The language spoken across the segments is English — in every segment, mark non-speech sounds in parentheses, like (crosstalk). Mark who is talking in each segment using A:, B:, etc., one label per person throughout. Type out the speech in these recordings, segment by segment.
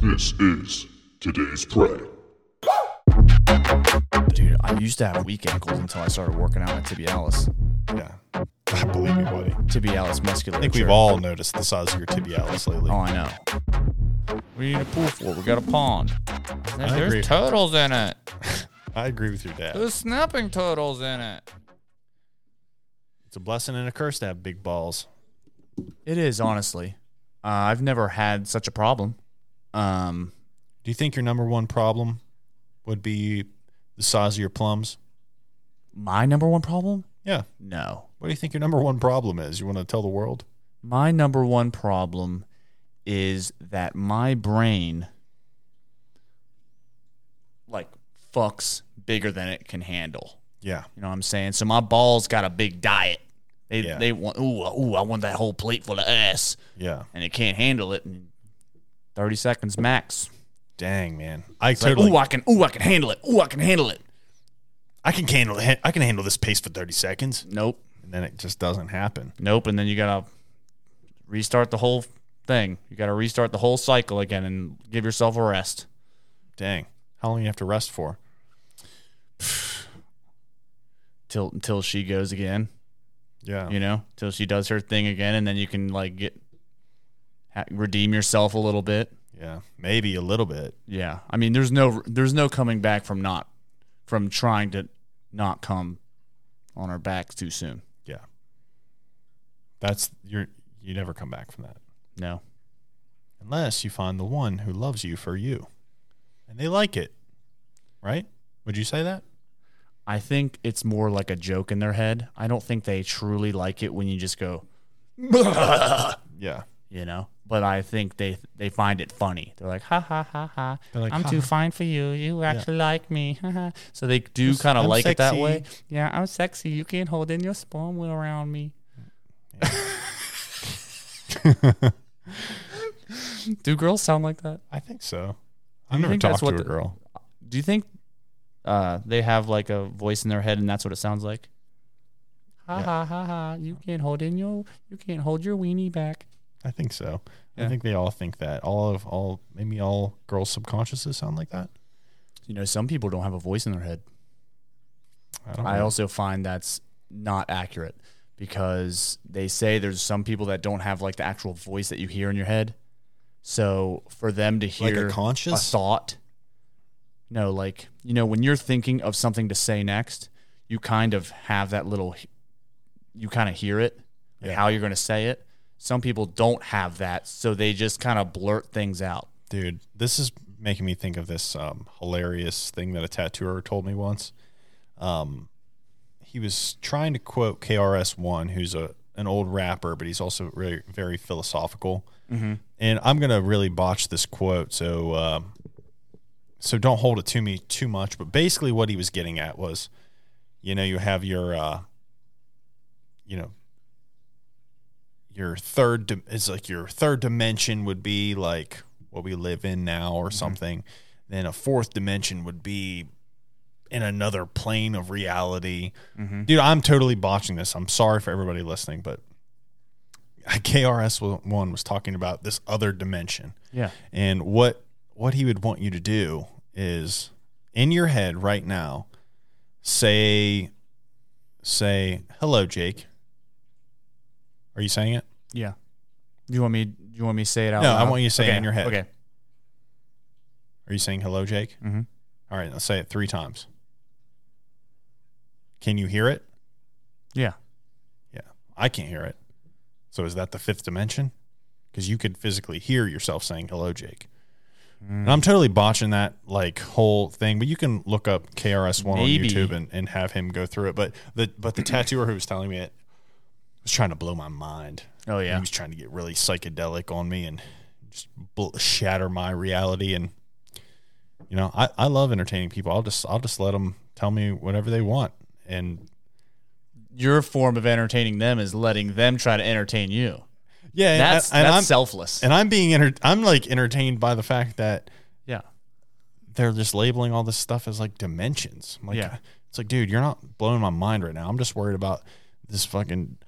A: This is today's prey.
B: Dude, I used to have weak ankles until I started working out my tibialis.
C: Yeah. (laughs) I believe you, buddy. I
B: Tibialis musculature.
C: think we've all noticed the size of your tibialis lately.
B: Oh, I know. We need a pool for. We got a pond.
D: There's,
C: I agree.
D: there's turtles in it.
C: I agree with your dad.
D: There's snapping turtles in it.
C: It's a blessing and a curse to have big balls.
B: It is honestly. Uh, I've never had such a problem. Um,
C: Do you think your number one problem would be the size of your plums?
B: my number one problem?
C: Yeah.
B: No.
C: What do you think your number one problem is? You want to tell the world?
B: My number one problem is that my brain like fucks bigger than it can handle.
C: Yeah.
B: You know what I'm saying? So my balls got a big diet. They
C: Yeah.
B: they want ooh uh, ooh I want that whole plate full of ass,
C: Yeah.
B: and it can't handle it in 30 seconds max.
C: Dang, man. I
B: It's
C: totally.
B: Like, ooh I can ooh I can handle it. Ooh I can handle it.
C: I can handle. I can handle this pace for thirty seconds,
B: Nope,
C: and then it just doesn't happen.
B: nope. And then you gotta restart the whole thing. You gotta restart the whole cycle again and give yourself a rest.
C: Dang. How long do you have to rest for?
B: Till, until she goes again,
C: Yeah.
B: you know, till she does her thing again, and then you can like get ha- redeem yourself a little bit.
C: Yeah. Maybe a little bit.
B: Yeah, I mean, there's no there's no coming back from not from trying to not come on our backs too soon.
C: Yeah. That's you're you never come back from that.
B: No,
C: unless you find the one who loves you for you and they like it right would you say that
B: I think it's more like a joke in their head. I don't think they truly like it when you just go, (laughs) you
C: yeah
B: know. But I think they they find it funny. They're like, ha ha ha ha.
C: They're like,
B: I'm
C: "Ha,
B: too
C: ha."
B: fine for you. You actually like me. (laughs) Ha, ha." so they do kind of
C: I'm
B: like it that
C: sexy.
B: way. Yeah, I'm sexy. You can't hold in your sperm wheel around me. (laughs) do girls sound like that?
C: i think so i've
B: you
C: never
B: think that's
C: talked
B: what
C: to a
B: the-
C: girl
B: Do you think uh, they have like a voice in their head and that's what it sounds like? Ha
C: Yeah.
B: ha ha ha! You can't hold in your you can't hold your weenie back.
C: i think so
B: Yeah.
C: i think they all think that all of all maybe all girls subconsciouses sound like that
B: You know, some people don't have a voice in their head.
C: i don't
B: I
C: know
B: also find that's not accurate because they say there's some people that don't have like the actual voice that you hear in your head. So for them to
C: like
B: hear
C: a
B: a
C: conscious
B: thought. No, like, you know, when you're thinking of something to say next, you kind of have that little, you kind of hear it, like
C: Yeah.
B: how you're going to say it. Some people don't have that, so they just kind of blurt things out.
C: dude this is making me think of this um, hilarious thing that a tattooer told me once um, he was trying to quote krs1 who's a an old rapper but he's also really very philosophical
B: Mhm.
C: and i'm gonna really botch this quote so um, so don't hold it to me too much but basically what he was getting at was you know you have your uh, you know your third di- it's like your third dimension would be like what we live in now or something then a fourth dimension would be in another plane of reality
B: Mhm.
C: dude i'm totally botching this i'm sorry for everybody listening but krs1 was talking about this other dimension
B: Yeah.
C: and what what he would want you to do is in your head right now say say hello jake are you saying it
B: Yeah. You want me, you want me to say it out
C: No, I
B: loud?
C: want you to say it
B: Okay,
C: in your head.
B: Okay.
C: Are you saying hello, Jake?
B: Mhm.
C: All right, let's say it three times. Can you hear it?
B: Yeah.
C: Yeah, I can't hear it. So is that the fifth dimension? Because you could physically hear yourself saying hello, Jake. And I'm totally botching that like whole thing, but you can look up KRS One on
B: Maybe.
C: YouTube and, and have him go through it. But the but the tattooer who was telling me it was trying to blow my mind.
B: Oh, yeah.
C: He was trying to get really psychedelic on me and just bl- shatter my reality. And you know, I, I love entertaining people. I'll just I'll just let them tell me whatever they want. And
B: Your form of entertaining them is letting them try to entertain you.
C: yeah, and-
B: That's,
C: and,
B: that's
C: I'm
B: selfless.
C: and I'm being enter- I'm like entertained by the fact that
B: yeah.
C: they're just labeling all this stuff as like dimensions. I'm like,
B: Yeah.
C: it's like, dude, you're not blowing my mind right now. I'm just worried about this fucking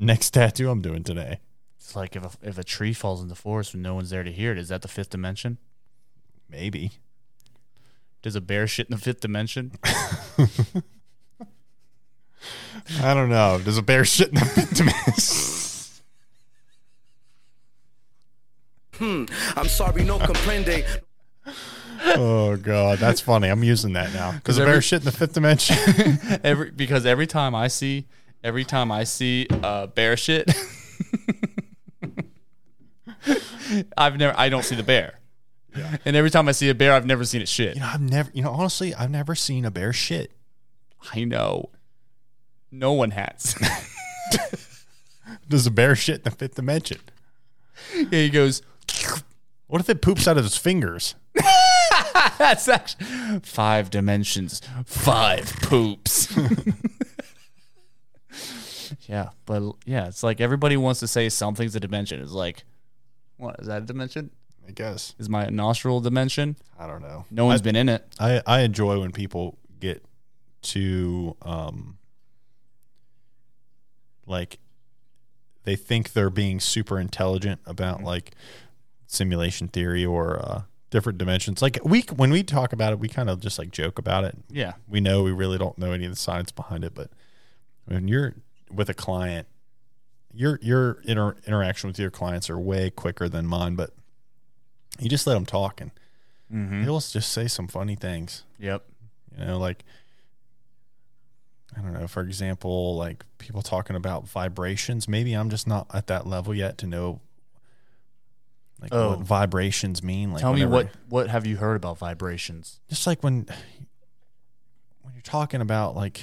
C: next tattoo I'm doing today.
B: It's like if a, if a tree falls in the forest when no one's there to hear it, is that the fifth dimension?
C: Maybe.
B: Does a bear shit in the fifth
C: (laughs)
B: dimension?
C: I don't know. Does a bear shit in the fifth dimension?
E: Hmm. I'm sorry, no comprende.
C: oh god, that's funny. I'm using that now. Does a
B: every-
C: bear shit in the fifth dimension?
B: every because every time I see every time I see uh, bear shit, (laughs) I've never I don't see the bear. And every time I see a bear, I've never seen it shit.
C: you know, (laughs) I've never. You know, honestly, I've never seen a bear shit.
B: I know. No one has. (laughs)
C: Does a bear shit in the fifth dimension?
B: and he goes,
C: What if it poops out of its fingers?
B: (laughs) that's actually five dimensions, five poops. (laughs) yeah, but yeah, it's like everybody wants to say something's a dimension. It's like, what is that a dimension?
C: I guess.
B: Is my nostril a dimension?
C: I don't know.
B: No one's been in it.
C: I, I enjoy when people get to um like they think they're being super intelligent about like simulation theory or uh different dimensions like we when we talk about it we kind of just like joke about it
B: Yeah.
C: we know we really don't know any of the science behind it but when you're with a client your your inter- interaction with your clients are way quicker than mine but you just let them talk and
B: Mm-hmm.
C: they'll just say some funny things
B: Yep.
C: you know like i don't know for example like people talking about vibrations maybe i'm just not at that level yet to know like
B: Oh.
C: what vibrations mean like
B: Tell me
C: whenever-
B: what what have you heard about vibrations?
C: just like when when you're talking about like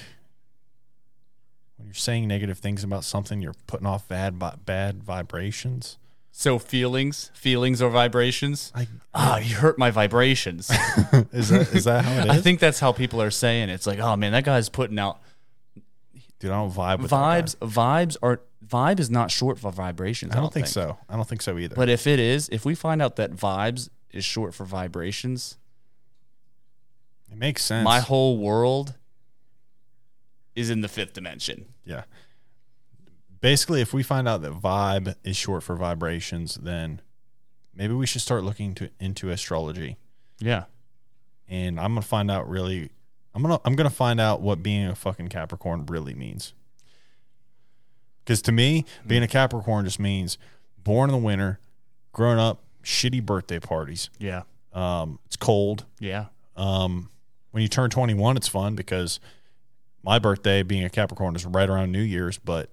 C: when you're saying negative things about something you're putting off bad vi- bad vibrations
B: So feelings, feelings or vibrations?
C: like
B: Ah, you hurt my vibrations.
C: (laughs) is that is that how it is
B: I think that's how people are saying it. it's like, oh man, that guy's putting out
C: dude i don't vibe with that guy.
B: vibes. Vibes are vibe is not short for vibrations.
C: i don't think so i don't think so either
B: But if it is, if we find out that vibes is short for vibrations,
C: it makes sense
B: my whole world is in the fifth dimension.
C: Yeah. Basically, if we find out that vibe is short for vibrations, then maybe we should start looking to, into astrology.
B: Yeah.
C: And I'm gonna find out really. I'm gonna I'm gonna find out what being a fucking Capricorn really means. Because to me,
B: Hmm.
C: being a Capricorn just means born in the winter, grown up, shitty birthday parties.
B: Yeah.
C: Um, it's cold.
B: Yeah.
C: Um, when you turn 21, it's fun because my birthday, being a Capricorn, is right around New Year's. But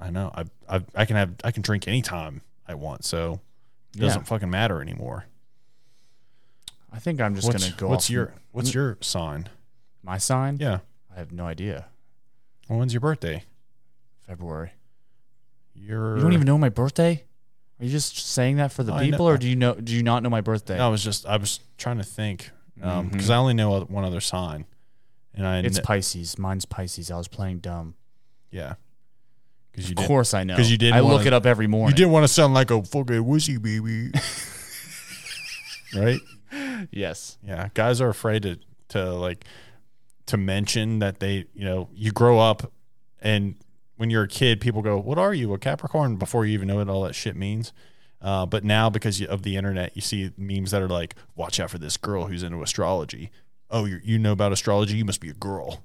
C: I know I I, I can have I can drink anytime I want, so it doesn't
B: Yeah.
C: fucking matter anymore.
B: I think I'm just
C: what's
B: gonna go
C: what's
B: off
C: your What's your sign?
B: my sign?
C: Yeah,
B: I have no idea.
C: when's your birthday?
B: February.
C: You're
B: You don't even know my birthday? Are you just saying that for the
C: I know-
B: people, or do you know? Do you not know my birthday?
C: I was just I was trying to think because I only know one other sign, and I
B: Mm-hmm. it's
C: kn-
B: Pisces. Mine's Pisces. I was playing dumb.
C: yeah because you
B: Of
C: didn't-
B: course, I know.
C: 'cause you didn't
B: I look
C: wanna-
B: it up every
C: you
B: morning.
C: didn't want to sound like a fucking wussy baby,
B: (laughs)
C: right?
B: Yes.
C: Yeah, guys are afraid to to like to mention that they, you know, you grow up and when you're a kid, people go, "What are you, a Capricorn?" Before you even know what all that shit means. Uh, but now, because you, of the internet, you see memes that are like, "Watch out for this girl who's into astrology." Oh, you you know about astrology? You must be a girl.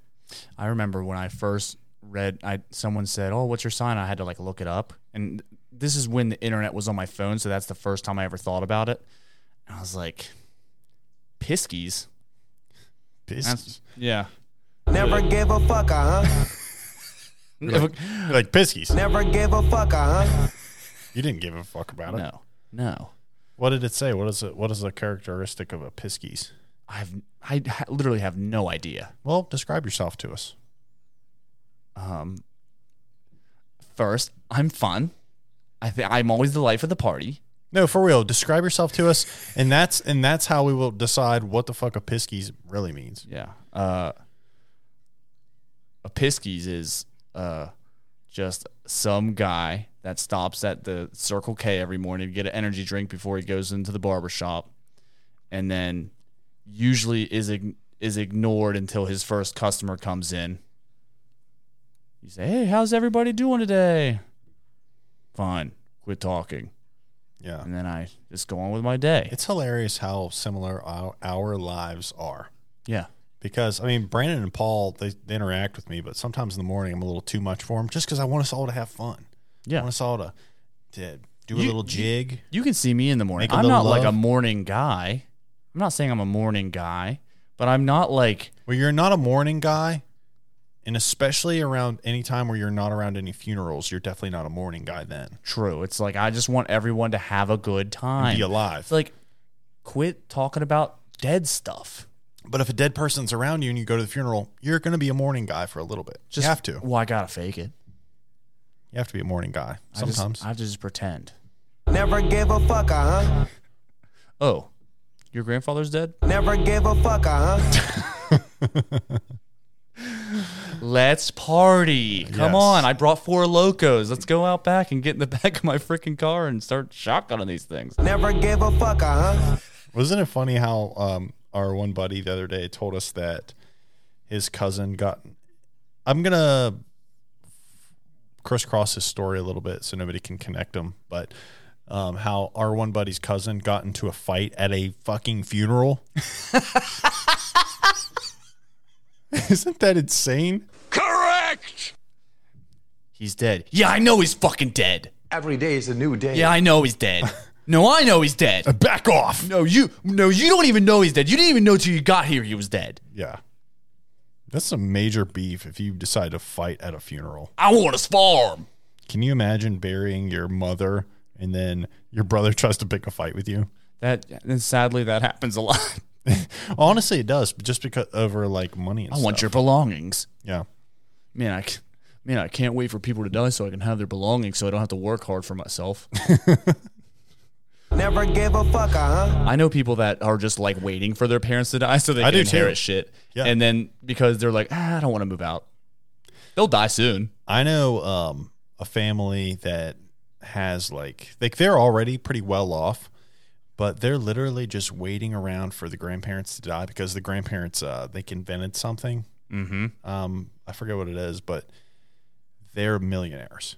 B: I remember when I first read, I someone said, "Oh, what's your sign?" I had to like look it up, and this is when the internet was on my phone, so that's the first time I ever thought about it. And I was like, "Piskies."
C: Pisces.
B: Yeah.
E: Never give a fuck, uh huh.
C: like piskies.
E: Never give a fuck, uh huh.
C: You didn't give a fuck about
B: (laughs)
C: it.
B: No. No.
C: What did it say? What is it? What is the characteristic of a piskies?
B: I've I ha- literally have no idea.
C: Well, describe yourself to us.
B: Um, first, I'm fun. I think I'm always the life of the party.
C: No, for real. Describe yourself to us, and that's and that's how we will decide what the fuck a piskies really means.
B: Yeah. Uh, a Piskies is uh, just some guy that stops at the Circle K every morning to get an energy drink before he goes into the barber shop, and then usually is ign is ignored until his first customer comes in. You say, "Hey, how's everybody doing today?" Fine. Quit talking.
C: Yeah.
B: and then I just go on with my day.
C: It's hilarious how similar our, our lives are.
B: yeah.
C: Because I mean, Brandon and Paul they, they interact with me, but sometimes in the morning I'm a little too much for them, just because I want us all to have fun. I
B: Yeah.
C: want us all to, to do a
B: You-
C: little jig.
B: You can see me in the morning.
C: Make a
B: I'm
C: little
B: not like a
C: love.
B: morning guy. I'm not saying I'm a morning guy, but I'm not like
C: Well, you're not a morning guy, and especially around any time where you're not around any funerals, you're definitely not a morning guy. Then
B: true. It's like I just want everyone to have a good time.
C: be alive.
B: It's like quit talking about dead stuff.
C: But if a dead person's around you and you go to the funeral, you're going to be a morning guy for a little bit.
B: Just
C: you have to.
B: Well, I gotta fake it.
C: You have to be a morning guy
B: I just-
C: sometimes.
B: I have to just pretend.
E: Never gave a fuck, uh huh.
B: Oh, your grandfather's dead?
E: Never gave a fuck, uh huh.
B: Let's party. Come
C: Yes.
B: on. I brought four locos. Let's go out back and get in the (laughs) back of my freaking car and start shotgunning these things.
E: Never gave a fuck, uh huh.
C: Wasn't it funny how um, our one buddy the other day told us that his cousin got? I'm gonna crisscross his story a little bit so nobody can connect him, but. Um, how our one buddy's cousin got into a fight at a fucking funeral.
B: (laughs)
C: (laughs) Isn't that insane?
B: He's dead. Yeah, I know he's fucking dead.
F: Every day is a new day.
B: Yeah, I know he's (laughs) dead. No, I know he's dead.
C: Back off.
B: No, you no, you don't even know he's dead. You didn't even know till you got here he was dead.
C: Yeah. That's a major beef if you decide to fight at a funeral.
B: I want his farm.
C: Can you imagine burying your mother and then your brother (laughs) tries to pick a fight with you?
B: That and sadly that happens a lot.
C: Honestly, it does, just because over like money
B: (laughs)
C: and
B: I
C: stuff.
B: want your belongings.
C: yeah.
B: Man, I c- man, I can't wait for people to die so I can have their belongings so I don't have to work hard for myself.
E: Never gave a fuck, uh huh.
B: I know people that are just like waiting for their parents to die so they
C: I
B: can
C: do too.
B: inherit shit.
C: Yeah.
B: And then because they're like, ah, I don't want to move out. They'll die soon.
C: I know um, a family that has like like they're already pretty well off, but they're literally just waiting around for the grandparents to die because the grandparents uh, they invented something. Mm-hmm. Um, I forget what it is, but they're millionaires,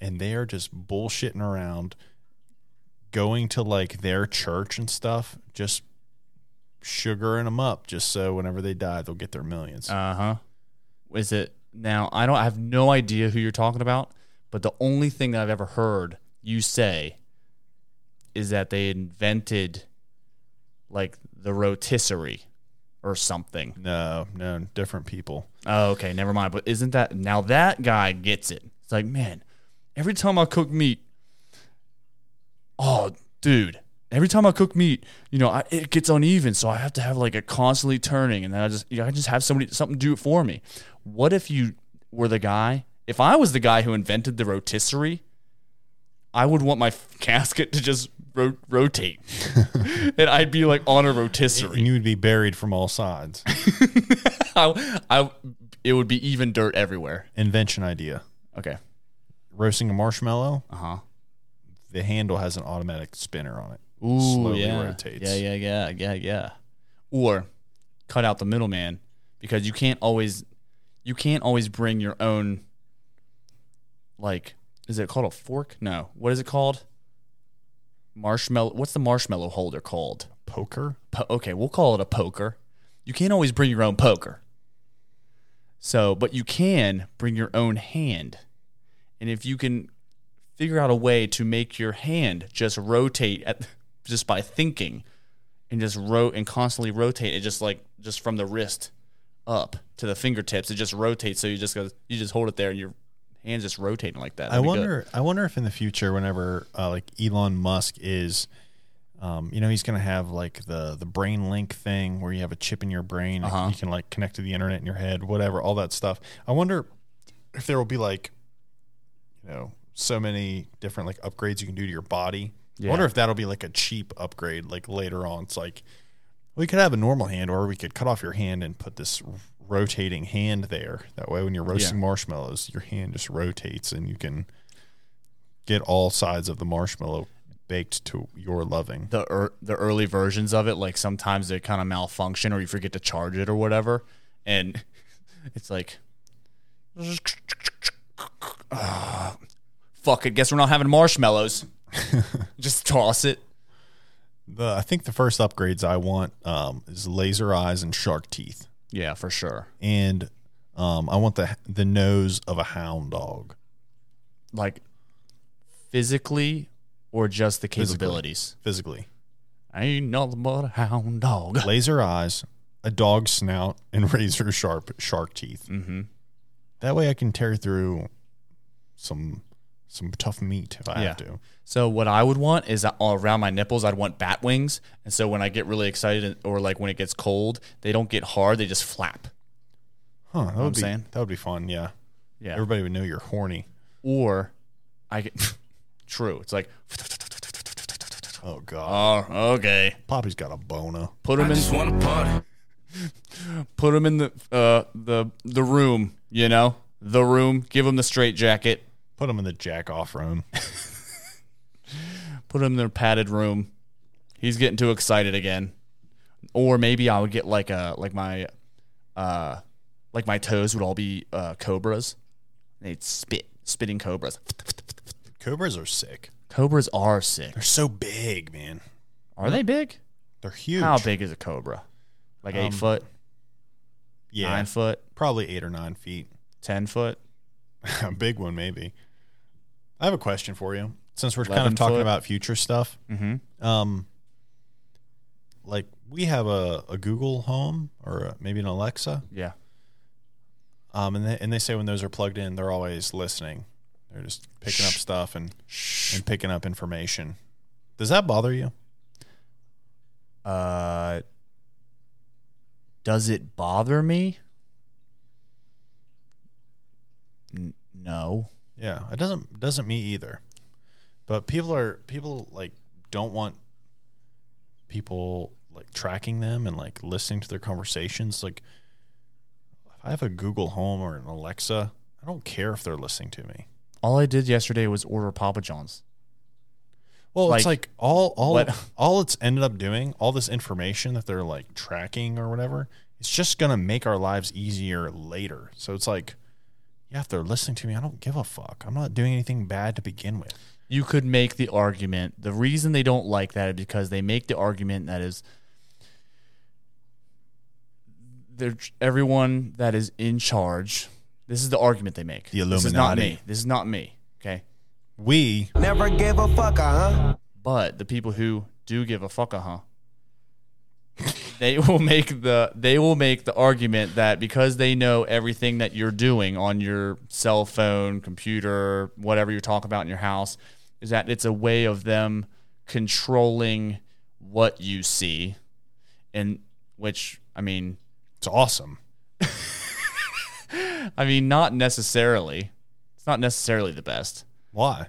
C: and they are just bullshitting around, going to like their church and stuff, just sugaring them up, just so whenever they die, they'll get their millions.
B: Uh huh. Is it now? I don't. I have no idea who you're talking about. But the only thing that I've ever heard you say is that they invented like the rotisserie or something.
C: no, no, different people.
B: Oh, okay, never mind. But isn't that now that guy gets it? It's like, man, every time I cook meat, oh, dude, every time I cook meat, you know, I, it gets uneven, so I have to have like a constantly turning, and then I just, you know, I just have somebody something do it for me. What if you were the guy? If I was the guy who invented the rotisserie, I would want my casket to just ro- rotate, and I'd be like on a rotisserie.
C: and you would be buried from
B: (laughs)
C: all sides.
B: I, I, it would be even dirt everywhere.
C: Invention idea:
B: Okay.
C: roasting a marshmallow.
B: Uh huh.
C: The handle has an automatic spinner on it.
B: Ooh,
C: Slowly
B: yeah.
C: rotates.
B: Yeah, yeah, yeah, yeah, yeah. Or cut out the middleman because you can't always you can't always bring your own like is it called a fork? No. What is it called? Marshmallow What's the marshmallow holder called?
C: Poker.
B: po- okay, we'll call it a poker. You can't always bring your own poker. So, but you can bring your own hand. And if you can figure out a way to make your hand just rotate at (laughs) just by thinking and just ro and constantly rotate it just like just from the wrist up to the fingertips it just rotates so you just go you just hold it there and your hand's just rotating like that
C: I
B: That'd be good.
C: wonder. I wonder if in the future, whenever uh, like Elon Musk is, um, you know, he's gonna have like the the brain link thing where you have a chip in your brain,
B: Uh-huh.
C: and you can like connect to the internet in your head, whatever, all that stuff. I wonder if there will be like, you know, so many different like upgrades you can do to your body. I wonder if that'll be like a cheap upgrade, like later on. It's like we could have a normal hand, or we could cut off your hand and put this r- rotating hand there. That way, when you're roasting marshmallows, your hand just rotates, and you can get all sides of the marshmallow baked to your loving.
B: the er, the early versions of it, like sometimes they kind of malfunction or you forget to charge it or whatever, and (laughs) it's like, (sighs) (laughs) Ah, fuck it. Guess we're not having marshmallows. Just toss it.
C: The I think the first upgrades I want um, is laser eyes and shark teeth,
B: Yeah, for sure.
C: and um, I want the the nose of a hound dog.
B: Like physically or just the
C: Physically.
B: capabilities.
C: Physically,
B: I ain't nothing but a hound dog.
C: laser eyes, a dog snout, and (laughs) razor sharp shark teeth.
B: Mm-hmm.
C: That way, I can tear through some some tough meat if I have
B: Yeah.
C: to.
B: So what I would want is uh, around my nipples, I'd want bat wings. And so when I get really excited or like when it gets cold, they don't get hard; they just flap.
C: Huh? That would
B: I'm
C: be
B: saying?
C: that would be fun. Yeah.
B: Yeah.
C: everybody would know you're horny.
B: Or I get (laughs) true. It's like,
C: Oh God,
B: oh, okay.
C: Poppy's got a boner.
B: Put them in. (laughs) Put 'em in the uh, the the room. You know, the room. Give them the straight jacket.
C: Put him in the jack
B: (laughs)
C: off room.
B: put him in their padded room. He's getting too excited again. Or maybe I would get like a like my uh like my toes would all be uh cobras. They'd spit spitting cobras.
C: Cobras are sick.
B: Cobras are sick.
C: They're so big, man.
B: Are they big?
C: They're huge.
B: How big is a cobra? Like eight
C: Um,
B: foot,
C: Yeah,
B: nine foot,
C: probably eight or nine feet. (laughs)
B: ten foot.
C: a big one, maybe. I have a question for you. Since we're kind
B: 11
C: of talking
B: foot.
C: about future stuff,
B: Mm-hmm.
C: um, like we have a, a Google Home or a, maybe an Alexa,
B: Yeah.
C: um, and they, and they say when those are plugged in, they're always listening. They're just picking up stuff and and picking up information. Does that bother you?
B: Uh does it bother me? N- no.
C: Yeah, it doesn't doesn't me either. But people are people like don't want people like tracking them and like listening to their conversations. Like if I have a Google Home or an Alexa, I don't care if they're listening to me.
B: All I did yesterday was order Papa John's.
C: Well, it's
B: Like,
C: like all all
B: what-
C: all it's ended up doing, all this information that they're like tracking or whatever, it's just gonna make our lives easier later. So it's like, yeah, if they're listening to me, I don't give a fuck. I'm not doing anything bad to begin with.
B: you could make the argument the reason they don't like that is because they make the argument that is they're everyone that is in charge this is the argument they make
C: The
B: this is not
C: Illuminati.
B: me this is not me okay
C: We
E: Never gave a fuck, uh huh.
B: but the people who do give a fuck, uh huh, they will make the they will make the argument that because they know everything that you're doing on your cell phone, computer, whatever you're talking about in your house, is that it's a way of them controlling what you see, and which I mean,
C: It's awesome.
B: I mean not necessarily. It's not necessarily the best.
C: Why?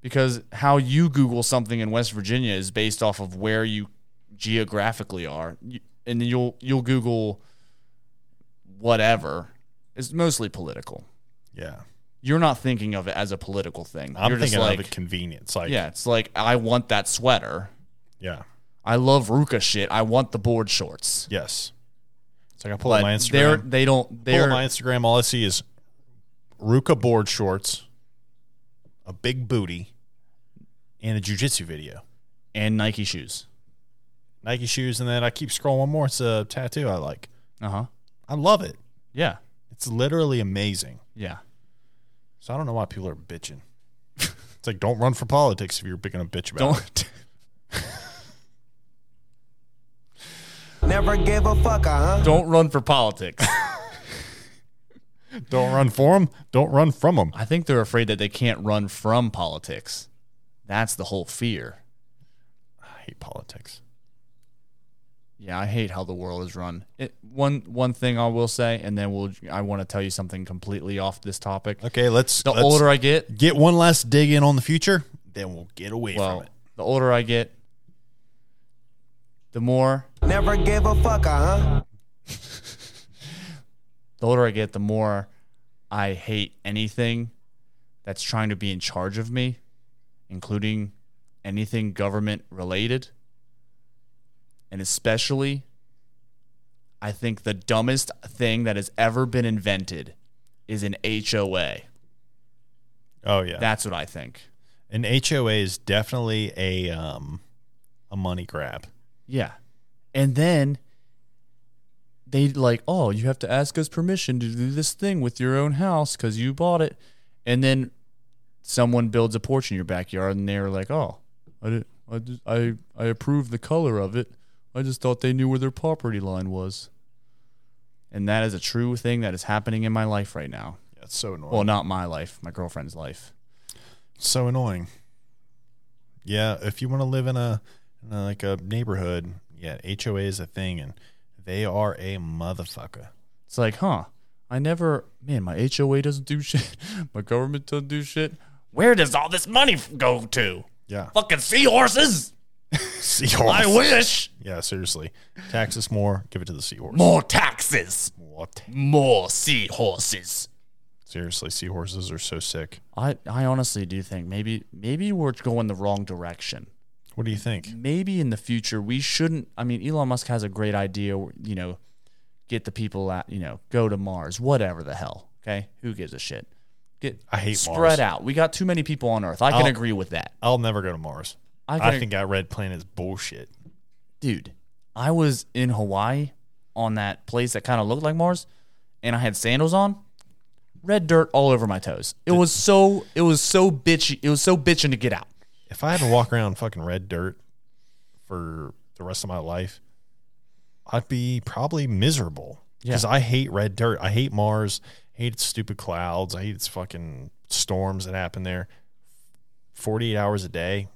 B: because how you Google something in West Virginia is based off of where you geographically are, You- and then you'll you'll Google whatever. It's mostly political.
C: Yeah.
B: You're not thinking of it as a political thing.
C: I'm
B: You're
C: thinking
B: just like,
C: of a convenience. Like, yeah.
B: yeah, it's like I want that sweater.
C: Yeah.
B: I love Ruka shit. I want the board shorts.
C: Yes. It's like I pull up my
B: But they're
C: Instagram.
B: they don't
C: Pull up
B: they're
C: my Instagram. All I see is Ruka board shorts, a big booty, and a jujitsu video.
B: and Nike shoes.
C: Nike shoes. And then I keep scrolling one more. It's a tattoo I like.
B: Uh huh.
C: I love it.
B: Yeah.
C: It's literally amazing.
B: Yeah.
C: So I don't know why people are
B: (laughs)
C: bitching. it's like, don't run for politics if you're picking a bitch about it.
B: Don't. (laughs)
E: Never gave a fuck, uh huh.
B: Don't run for politics.
C: Don't run for them. Don't run from them.
B: I think they're afraid that they can't run from politics. That's the whole fear.
C: I hate politics.
B: Yeah, I hate how the world is run. It, one one thing I will say, and then we'll I want to tell you something completely off this topic.
C: Okay, let's.
B: The
C: let's-
B: older I get,
C: get one last dig in on the future, then we'll get away
B: well,
C: from it.
B: the older I get, the more
E: Never gave a fuck, uh huh.
B: the older I get, the more I hate anything that's trying to be in charge of me, including anything government related. And especially, I think the dumbest thing that has ever been invented is an HOA.
C: Oh yeah,
B: That's what I think.
C: An HOA is definitely a um, a money grab.
B: Yeah. And then they like, oh, you have to ask us permission to do this thing with your own house because you bought it. And then someone builds a porch in your backyard and they're like, oh, I, did, I, did, I, I approve the color of it. I just thought they knew where their property line was. And that is a true thing that is happening in my life right now.
C: Yeah, it's so annoying.
B: Well, not my life, my girlfriend's life.
C: so annoying. Yeah, if you want to live in a, in a like a neighborhood, yeah, HOA is a thing, and they are a motherfucker.
B: It's like, huh, I never, man, my HOA doesn't do (laughs) shit. my government doesn't do shit.
F: Where does all this money f- go to?
C: Yeah,
F: Fucking seahorses?
C: (laughs) seahorse.
F: I wish.
C: yeah, seriously, tax us more, give it to the seahorse.
F: More taxes.
C: What?
F: More seahorses.
C: Seriously, seahorses are so sick.
B: I, I honestly do think maybe maybe we're going the wrong direction.
C: What do you think?
B: Maybe in the future we shouldn't. I mean, Elon Musk has a great idea. You know, get the people out. You know, go to Mars. Whatever the hell. Okay, who gives a shit? Get
C: I hate
B: spread
C: Mars.
B: out. We got too many people on Earth. I can
C: I'll-
B: agree with that.
C: I'll never go to Mars.
B: I can,
C: I think I read Planet's bullshit.
B: dude. I was in Hawaii on that place that kind of looked like Mars, and I had sandals on. Red dirt all over my toes. It was so. It was so bitchy. It was so bitching to get out.
C: If I had to walk around fucking red dirt for the rest of my life, I'd be probably miserable because I hate red dirt. I hate Mars. I hate its stupid clouds. I hate its fucking storms that happen there. Forty-eight hours a day.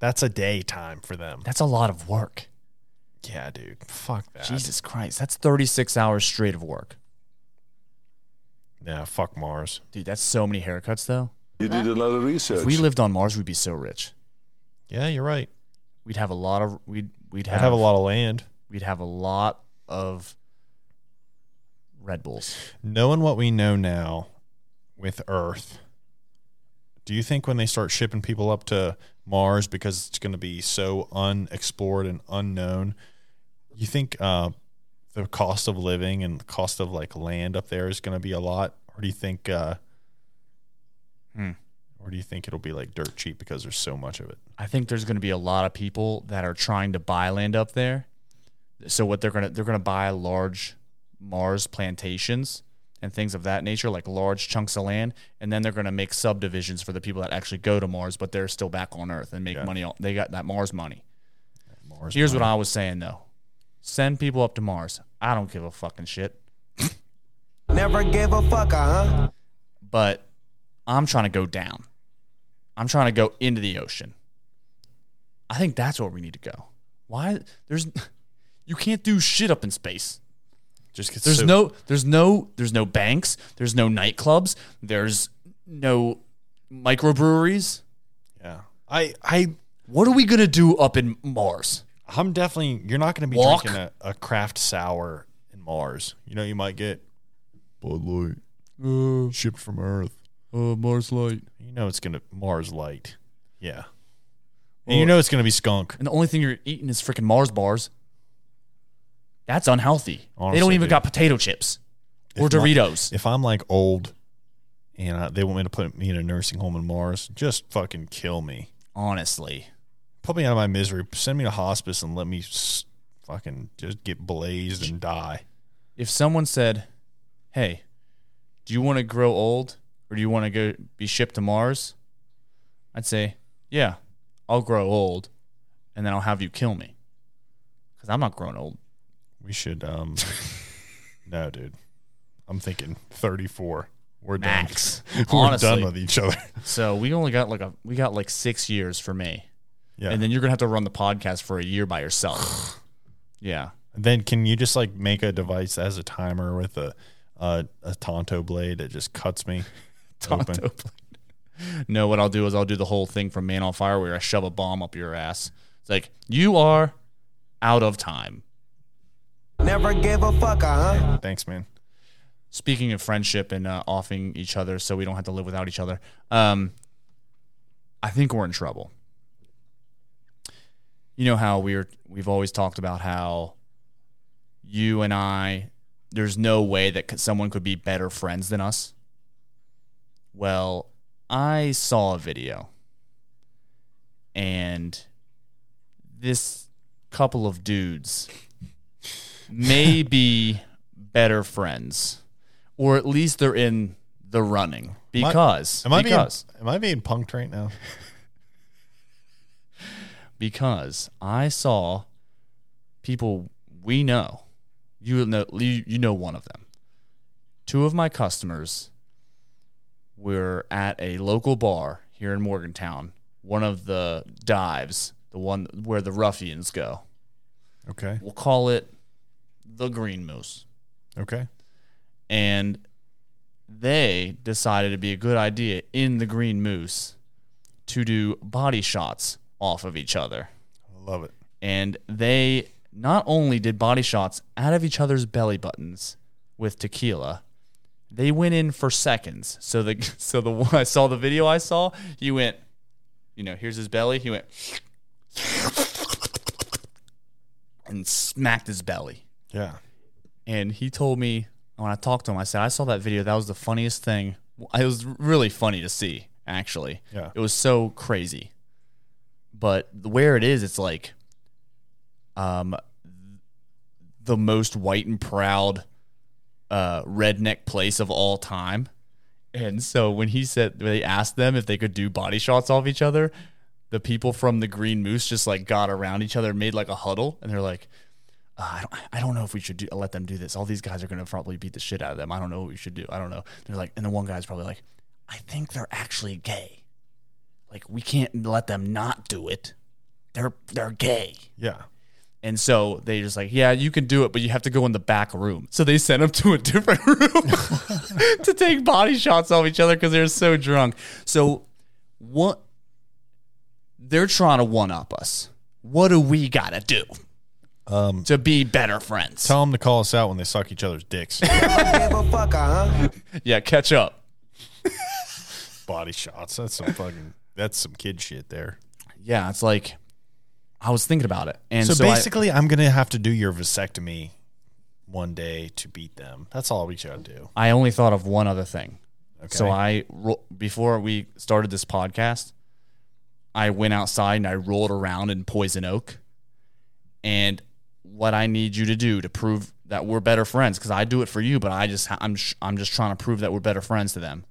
C: That's a day time for them.
B: That's a lot of work.
C: Yeah, dude. Fuck that.
B: Jesus Christ, that's 36 hours straight of work.
C: Nah, fuck Mars.
B: Dude, that's so many haircuts though.
A: You did a lot of
B: If
A: research.
B: we lived on Mars, we'd be so rich.
C: Yeah, you're right.
B: We'd have a lot of we'd we'd
C: I'd
B: have,
C: have a lot of land.
B: we'd have a lot of Red Bulls.
C: Knowing what we know now with Earth, do you think when they start shipping people up to Mars because it's going to be so unexplored and unknown, you think uh, the cost of living and the cost of like land up there is going to be a lot, or do you think, uh,
B: Hmm.
C: or do you think it'll be like dirt cheap because there's so much of it?
B: I think there's going to be a lot of people that are trying to buy land up there. So what they're going to they're going to buy large Mars plantations and things of that nature, like large chunks of land, and then they're going to make subdivisions for the people that actually go to Mars, but they're still back on Earth and make
C: Yeah.
B: money. On, they got that Mars money.
C: Mars.
B: Here's what I was saying though. Send people up to Mars. I don't give a fucking shit.
E: Never gave a fuck, uh huh.
B: But I'm trying to go down. I'm trying to go into the ocean. I think that's where we need to go. Why there's (laughs) you can't do shit up in space.
C: just gets
B: There's
C: so-
B: no there's no there's no banks, there's no nightclubs, there's no microbreweries.
C: Yeah, I I
B: What are we going to do up in Mars?
C: I'm definitely. You're not going to be
B: Walk.
C: drinking a, a craft sour in Mars. You know, you might get Bud Light shipped from Earth.
B: Uh, Mars light.
C: You know, it's going to Mars Light. Yeah, and you know it's going to be skunk.
B: and the only thing you're eating is freaking Mars bars. That's unhealthy. they don't
C: Honestly,
B: even
C: dude.
B: got potato chips or
C: If my-
B: Doritos.
C: If I'm like old, and uh, they want me to put me in a nursing home in Mars, just fucking kill me.
B: honestly,
C: Put me out of my misery. Send me to hospice and let me s- fucking just get blazed and die.
B: if someone said, "Hey, do you want to grow old or do you want to go be shipped to Mars?" I'd say, "Yeah, I'll grow old, and then I'll have you kill me, because I'm not growing old."
C: We
B: (laughs)
C: should. um No, dude. I'm thinking 34. We're done.
B: Max.
C: (laughs) We're
B: honestly.
C: done with each other. (laughs)
B: So we only got like a we got like six years for me, and
C: Yeah. And then,
B: then you're gonna have to run the podcast for a year by yourself. yeah.
C: can you just like make a device that has a timer with a a, a Tonto blade that just cuts me
B: (laughs)
C: open?
B: Tonto blade. (laughs) No, what I'll do is I'll do the whole thing from Man on Fire where I shove a bomb up your ass. It's like, you are out of time.
E: Never gave a fuck, uh huh.
C: Thanks, man.
B: Speaking of friendship and uh, offing each other so we don't have to live without each other, um, I think we're in trouble. You know how we're we've always talked about how you and I, there's no way that could- someone could be better friends than us. Well, I saw a video and this couple of dudes may
C: (laughs)
B: be better friends, or at least they're in the running
C: I-
B: because
C: Am I
B: because
C: being am I being punked right now?
B: because I saw people we know. You know, you, you know one of them. Two of my customers were at a local bar here in Morgantown. One of the dives, the one where the ruffians go.
C: Okay.
B: We'll call it the Green Moose.
C: Okay.
B: And they decided it'd be a good idea in the Green Moose to do body shots off of each other.
C: I love it.
B: and they not only did body shots out of each other's belly buttons with tequila, they went in for seconds. So the (laughs) so the one I saw the video I saw, he went, you know, here's his belly. He went and smacked his belly.
C: Yeah.
B: And he told me when I talked to him, I said I saw that video. That was the funniest thing. It was really funny to see. Actually,
C: Yeah.
B: it was so crazy. But where it is, it's like, um, the most white and proud, uh, redneck place of all time. And so when he said when they asked them if they could do body shots off each other, the people from the Green Moose just like got around each other, and made like a huddle, and they're like, uh, I don't, I don't know if we should do, let them do this. All these guys are going to probably beat the shit out of them. I don't know what we should do. I don't know. They're like, and the one guy's probably like, I think they're actually gay. Like we can't let them not do it. They're they're gay.
C: Yeah.
B: And so they just like, yeah, you can do it, but you have to go in the back room. So they sent them to a different (laughs) room to take body shots off each other because they're so drunk. So what? They're trying to one up us. What do we gotta do
C: Um,
B: to be better friends?
C: tell them to call us out when they suck each other's dicks.
E: Give a fuck, uh huh?
B: Yeah, catch up.
C: Body (laughs) shots. That's some fucking. That's some kid shit there.
B: Yeah, it's like I was thinking about it, and
C: So,
B: so, I-
C: basically, I, am gonna have to do your vasectomy one day to beat them. That's all we gotta do.
B: I only thought of one other thing.
C: Okay.
B: So I ro- before we started this podcast, I went outside and I rolled around in poison oak. And what I need you to do to prove that we're better friends, because I do it for you, but I just I'm sh- I'm just trying to prove that we're better friends to them,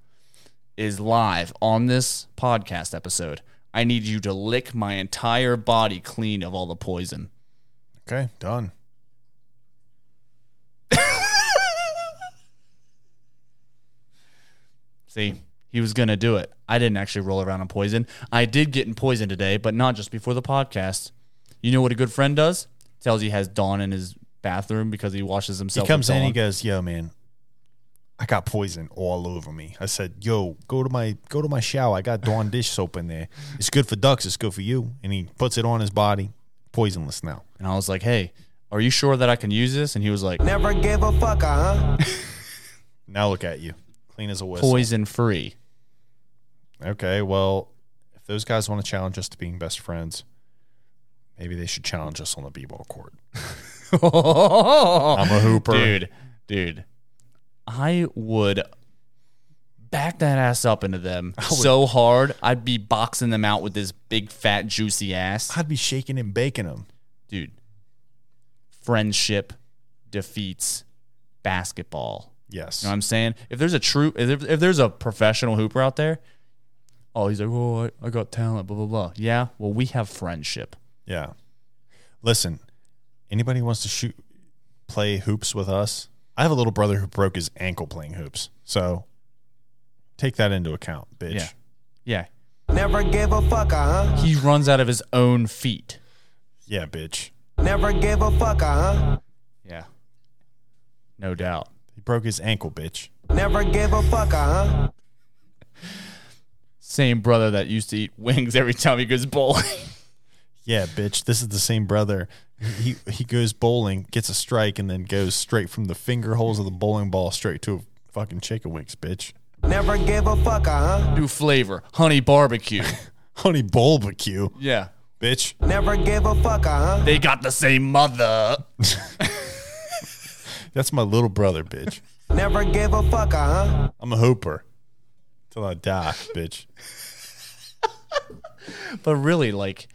B: is live on this podcast episode. I need you to lick my entire body clean of all the poison.
C: okay, done.
B: See, he was going to do it. I didn't actually roll around in poison. I did get in poison today, but not just before the podcast. You know what a good friend does? Tells you he has Dawn in his bathroom because he washes
C: He
B: himself.
C: comes
B: with
C: in, he
B: Dawn.
C: goes, "Yo, man, I got poison all over me." I said, "Yo, go to my go to my shower. I got Dawn dish soap in there. It's good for ducks. It's good for you." And he puts it on his body, poisonless now.
B: and I was like, "Hey, are you sure that I can use this?" And he was like,
E: Never give a fuck, uh huh?
C: Now look at you, clean as a whistle.
B: "Poison (laughs) free."
C: Okay, well, if those guys want to challenge us to being best friends, maybe they should challenge us on the b-ball court. I'm a hooper,
B: dude, dude, I would back that ass up into them so hard. I'd be boxing them out with this big, fat, juicy ass.
C: I'd be shaking and baking them.
B: dude, friendship defeats basketball.
C: Yes.
B: You know what I'm saying? If there's a true, if, if there's a professional hooper out there, oh, he's like, oh, I, I got talent, blah, blah, blah. Yeah, well, we have friendship.
C: yeah. Listen, anybody who wants to shoot, play hoops with us? I have a little brother who broke his ankle playing hoops, so take that into account, bitch.
B: Yeah. Yeah.
E: Never give a fuck, uh huh?
B: He runs out of his own feet.
C: Yeah, bitch.
E: Never give a fuck, uh huh?
B: Yeah. No doubt.
C: He broke his ankle, bitch.
E: Never give a fuck, uh huh?
B: Same brother that used to eat wings (laughs) every time he goes bowling. (laughs)
C: Yeah, bitch. This is the same brother. He he goes bowling, gets a strike, and then goes straight from the finger holes of the bowling ball straight to a fucking chicken wings, bitch. (laughs)
E: Never give a fuck, uh huh?
B: New flavor, honey barbecue. (laughs)
C: Honey bowl barbecue,
B: yeah.
C: bitch.
E: Never give a fuck, uh huh?
B: They got the same mother.
C: That's my little brother, bitch.
E: Never give a fuck, uh huh?
C: I'm a hooper till I die, bitch.
B: but really, like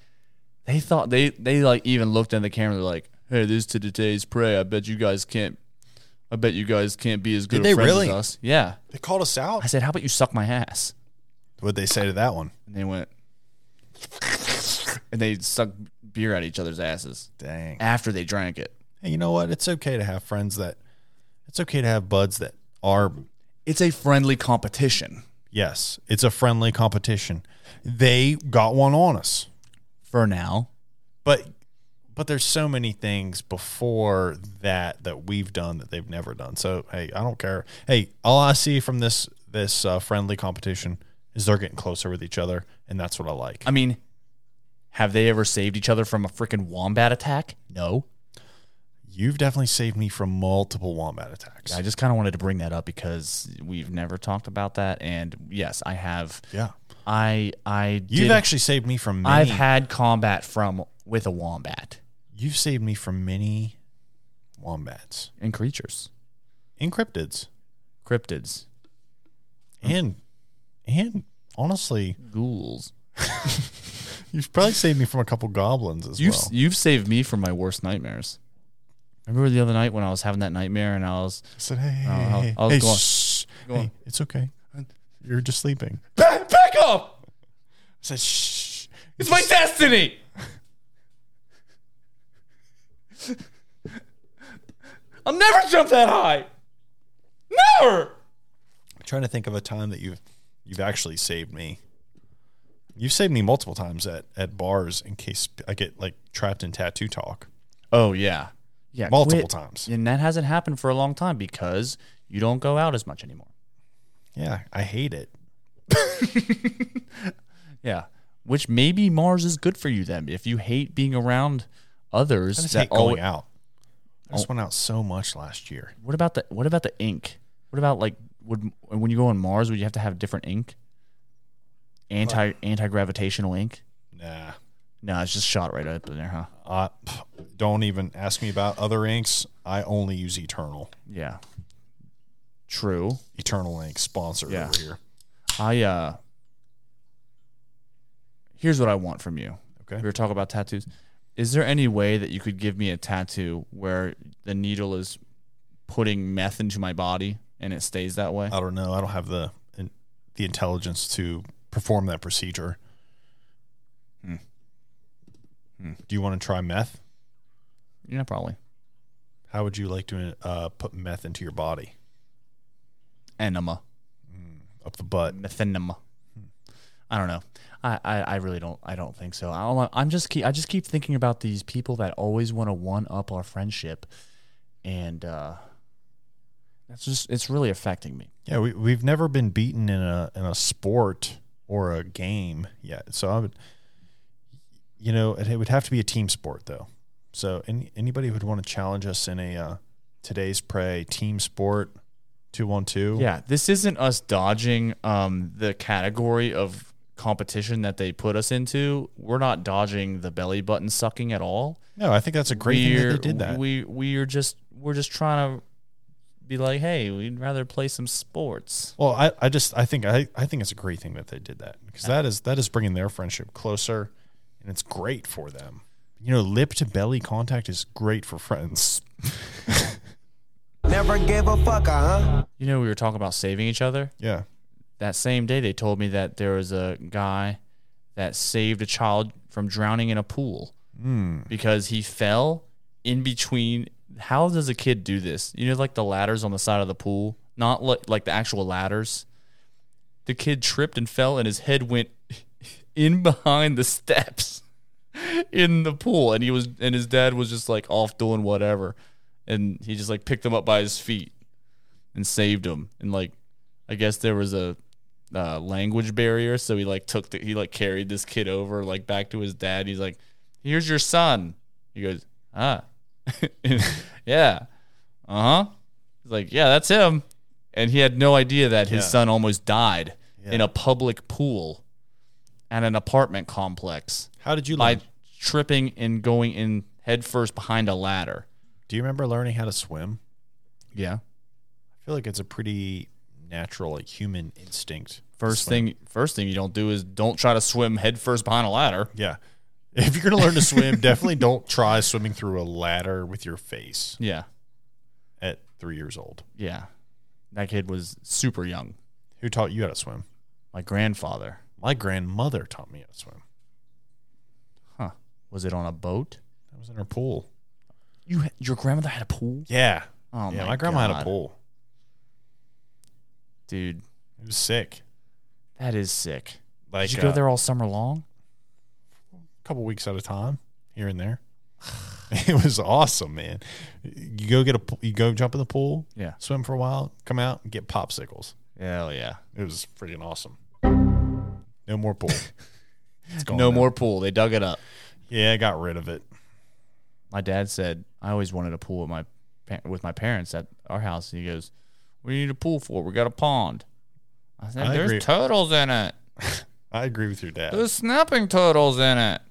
B: they thought they they like even looked in the camera. They're like, "Hey, this is to today's prey. I bet you guys can't. I bet you guys can't be as good.
C: Did they
B: of friends
C: really?
B: As us. Yeah.
C: They called us out.
B: I said, "How about you suck my ass?"
C: What'd they say to that one?
B: And they went, and they sucked beer at each other's asses
C: Dang.
B: after they drank it.
C: Hey, you know what? It's okay to have friends that. It's okay to have buds that are.
B: It's a friendly competition
C: Yes, it's a friendly competition. They got one on us.
B: for now.
C: but but there's so many things before that that we've done that they've never done. So hey, I don't care. Hey, all I see from this this uh, friendly competition is they're getting closer with each other, and that's what I like.
B: I mean, have they ever saved each other from a freaking wombat attack? No.
C: You've definitely saved me from multiple wombat attacks.
B: I just kind of wanted to bring that up because we've never talked about that, and yes, I have.
C: yeah,
B: I I
C: you've
B: did-
C: actually saved me from. Many,
B: I've had combat from with a wombat
C: You've saved me from many wombats,
B: and creatures,
C: encryptids,
B: cryptids, Hmm.
C: and and honestly,
B: ghouls.
C: you've probably saved me from a couple goblins as
B: You've
C: well.
B: you've saved me from my worst nightmares. Remember the other night when I was having that nightmare and I was
C: I said, hey, hey,
B: I-
C: hey, hey,
B: I was
C: hey,
B: going-
C: shh,
B: going-
C: hey, it's okay. You're just sleeping. I
B: back, back up.
C: said, shh.
B: It's my destiny. I'll never jump that high. Never.
C: I'm trying to think of a time that you've you've actually saved me. You've saved me multiple times at, at bars in case I get like trapped in tattoo talk.
B: Oh yeah, yeah.
C: Multiple
B: quit.
C: times.
B: and that hasn't happened for a long time because you don't go out as much anymore.
C: Yeah, I hate it.
B: Yeah, which maybe Mars is good for you then if you hate being around others.
C: I just
B: that
C: hate going
B: alwa-
C: out. I just went out so much last year.
B: What about the What about the ink? What about like would when you go on Mars would you have to have different ink? Anti anti gravitational ink.
C: Nah.
B: No, it's just shot right up in there, huh?
C: I, pff, don't even ask me about other inks. I only use Eternal.
B: Yeah. True.
C: Eternal Ink sponsor
B: Yeah.
C: over here.
B: I uh Here's what I want from you.
C: Okay.
B: We were talking about tattoos. Is there any way that you could give me a tattoo where the needle is putting meth into my body and it stays that way?
C: I don't know. I don't have the in, the intelligence to perform that procedure. Do you want to try meth?
B: yeah, probably.
C: How would you like to uh, put meth into your body
B: Enema.
C: up the butt?
B: Methenema. Hmm. I don't know. I, I, I really don't I don't think so. I don't, I'm just keep I just keep thinking about these people that always want to one up our friendship, and uh, that's just it's really affecting me.
C: Yeah, we we've never been beaten in a in a sport or a game yet. So I would, you know, it, it would have to be a team sport though. So any, anybody who would want to challenge us in a uh, today's prey team sport two one two.
B: Yeah, this isn't us dodging um, the category of competition that they put us into. We're not dodging the belly button sucking at all.
C: No, I think that's a great thing
B: We're,
C: that they did that.
B: We we are just we're just trying to be like, hey, we'd rather play some sports.
C: Well, I, I just I think I, I think it's a great thing that they did that because that is that is bringing their friendship closer, and it's great for them. You know, lip to belly contact is great for friends.
E: Never gave a fuck, uh huh.
B: You know, we were talking about saving each other.
C: Yeah,
B: That same day, they told me that there was a guy that saved a child from drowning in a pool because he fell in between. How does a kid do this? You know, like the ladders on the side of the pool, not like like the actual ladders. The kid tripped and fell, and his head went (laughs) in behind the steps in the pool, and he was and his dad was just like off doing whatever, and he just like picked him up by his feet and saved him, and like I guess there was a uh, language barrier, so he like took the, he like carried this kid over like back to his dad. He's like, "Here's your son." He goes, "Ah, (laughs) yeah, uh huh." He's like, "Yeah, that's him," and he had no idea that his
C: Yeah.
B: son almost died in
C: Yeah.
B: a public pool at an apartment complex
C: how did you
B: by
C: learn?
B: tripping and going in headfirst behind a ladder.
C: Do you remember learning how to swim?
B: Yeah,
C: I feel like it's a pretty natural, like human instinct
B: First thing, first thing you don't do is don't try to swim headfirst behind a ladder.
C: Yeah. (laughs) If you're going to learn
B: (laughs)
C: to swim, definitely don't try swimming through a ladder with your face
B: Yeah,
C: at three years old.
B: yeah. That kid was super young.
C: Who taught you how to swim?
B: My grandfather
C: My grandmother taught me how to swim.
B: was it on a boat?
C: I was in her pool.
B: You, ha- your grandmother had a pool.
C: Yeah.
B: Oh
C: yeah,
B: my
C: my, grandma had
B: God.
C: a pool.
B: dude.
C: It was sick.
B: That is sick.
C: Like
B: Did you go
C: uh,
B: there all summer long?
C: couple weeks at a time, here
B: (sighs)
C: and there. (laughs) it was awesome, man. You go get a, p- you go jump in the pool,
B: Yeah.
C: swim for a while, come out and get popsicles.
B: Hell yeah.
C: It was freaking awesome. No more (laughs) pool. It's gone
B: No
C: now.
B: more pool. They dug it up.
C: Yeah, I got rid of it.
B: my dad said I always wanted a pool with my pa- with my parents at our house, and he goes, "We need a pool for. We got a pond." I said,
C: I
B: "There's
C: agree.
B: t-"
D: Turtles in it.
C: I agree with your dad.
D: There's snapping turtles in it.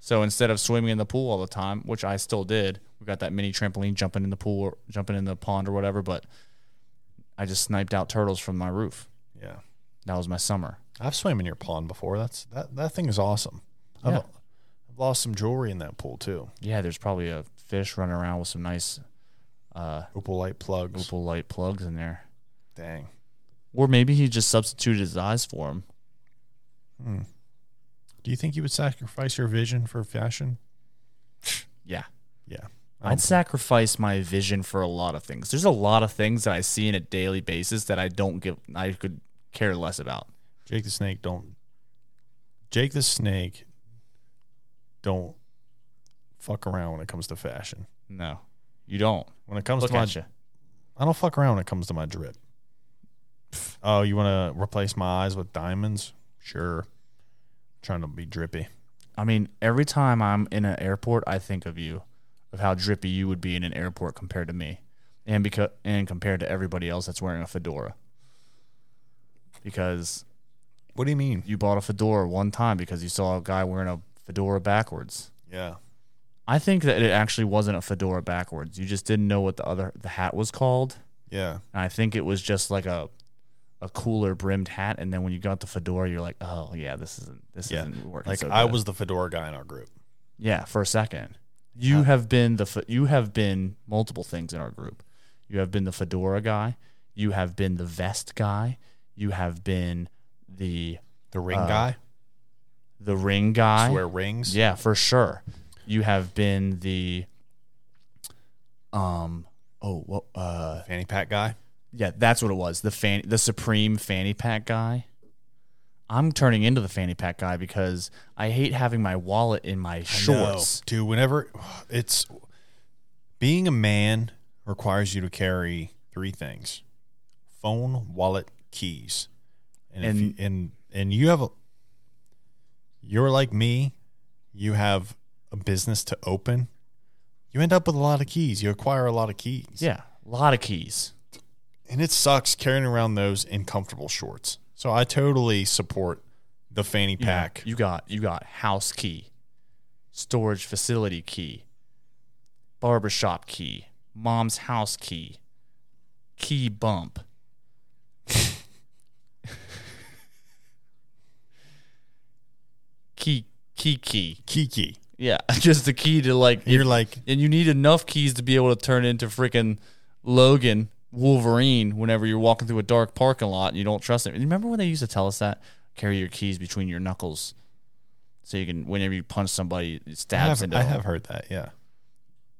B: so instead of swimming in the pool all the time, which I still did, we got that mini trampoline jumping in the pool, or jumping in the pond or whatever. But I just sniped out turtles from my roof.
C: Yeah,
B: That was my summer.
C: I've swam in your pond before. That's that that thing is awesome. I've,
B: Yeah.
C: I've lost some jewelry in that pool too.
B: Yeah, there's probably a fish running around with some nice
C: Opal light plugs.
B: opal light plugs in there,
C: Dang.
B: or maybe he just substituted his eyes for them.
C: Do you think you would sacrifice your vision for fashion?
B: Yeah.
C: Yeah. I
B: I'd sacrifice my vision for a lot of things. There's a lot of things that I see on a daily basis that I don't give, I could care less about.
C: Jake the Snake don't Jake the Snake don't fuck around when it comes to fashion.
B: No, you don't.
C: When it comes
B: Look
C: to my
B: at you.
C: I don't fuck around when it comes to my drip. Oh, you want to replace my eyes with diamonds? Sure. trying to be drippy.
B: I mean, every time I'm in an airport, I think of you, of how drippy you would be in an airport compared to me, and because and compared to everybody else that's wearing a fedora. Because
C: What do you mean?
B: you bought a fedora one time because you saw a guy wearing a fedora backwards.
C: Yeah.
B: I think that it actually wasn't a fedora backwards. You just didn't know what the other the hat was called.
C: Yeah.
B: And I think it was just like a a cooler brimmed hat. And then when you got the fedora, you're like, oh yeah, this isn't this
C: Yeah.
B: isn't working.
C: Like
B: so
C: I
B: good."
C: was the fedora guy in our group.
B: yeah for a second. You have been the fe- you have been multiple things in our group. You have been the fedora guy. You have been the vest guy. You have been the
C: The ring guy?
B: the ring
C: Used
B: guy.
C: to wear rings?
B: Yeah, for sure. You have been the um oh well uh
C: Fanny pack guy?
B: Yeah, that's what it was. The fan, the supreme fanny pack guy. I'm turning into the fanny pack guy because I hate having my wallet in my shorts.
C: No, dude, whenever it's being a man requires you to carry three things phone, wallet, keys. And and, if you,
B: And-
C: and and you have a you're like me, you have a business to open. You end up with a lot of keys. You acquire a lot of keys.
B: Yeah, a lot of keys.
C: And it sucks carrying around those in comfortable shorts. So I totally support the fanny
B: You know,
C: pack.
B: You got you got house key, storage facility key, barbershop key, mom's house key, key bump. (laughs) key key key.
C: Kiki.
B: Yeah, (laughs) just the key to like
C: You're
B: if-
C: like
B: and you need enough keys to be able to turn into freaking Logan Wolverine whenever you're walking through a dark parking lot and you don't trust him. Remember when they used to tell us that carry your keys between your knuckles, so you can whenever you punch somebody, it
C: I
B: stabs
C: have,
B: into.
C: I
B: them.
C: have heard that, yeah.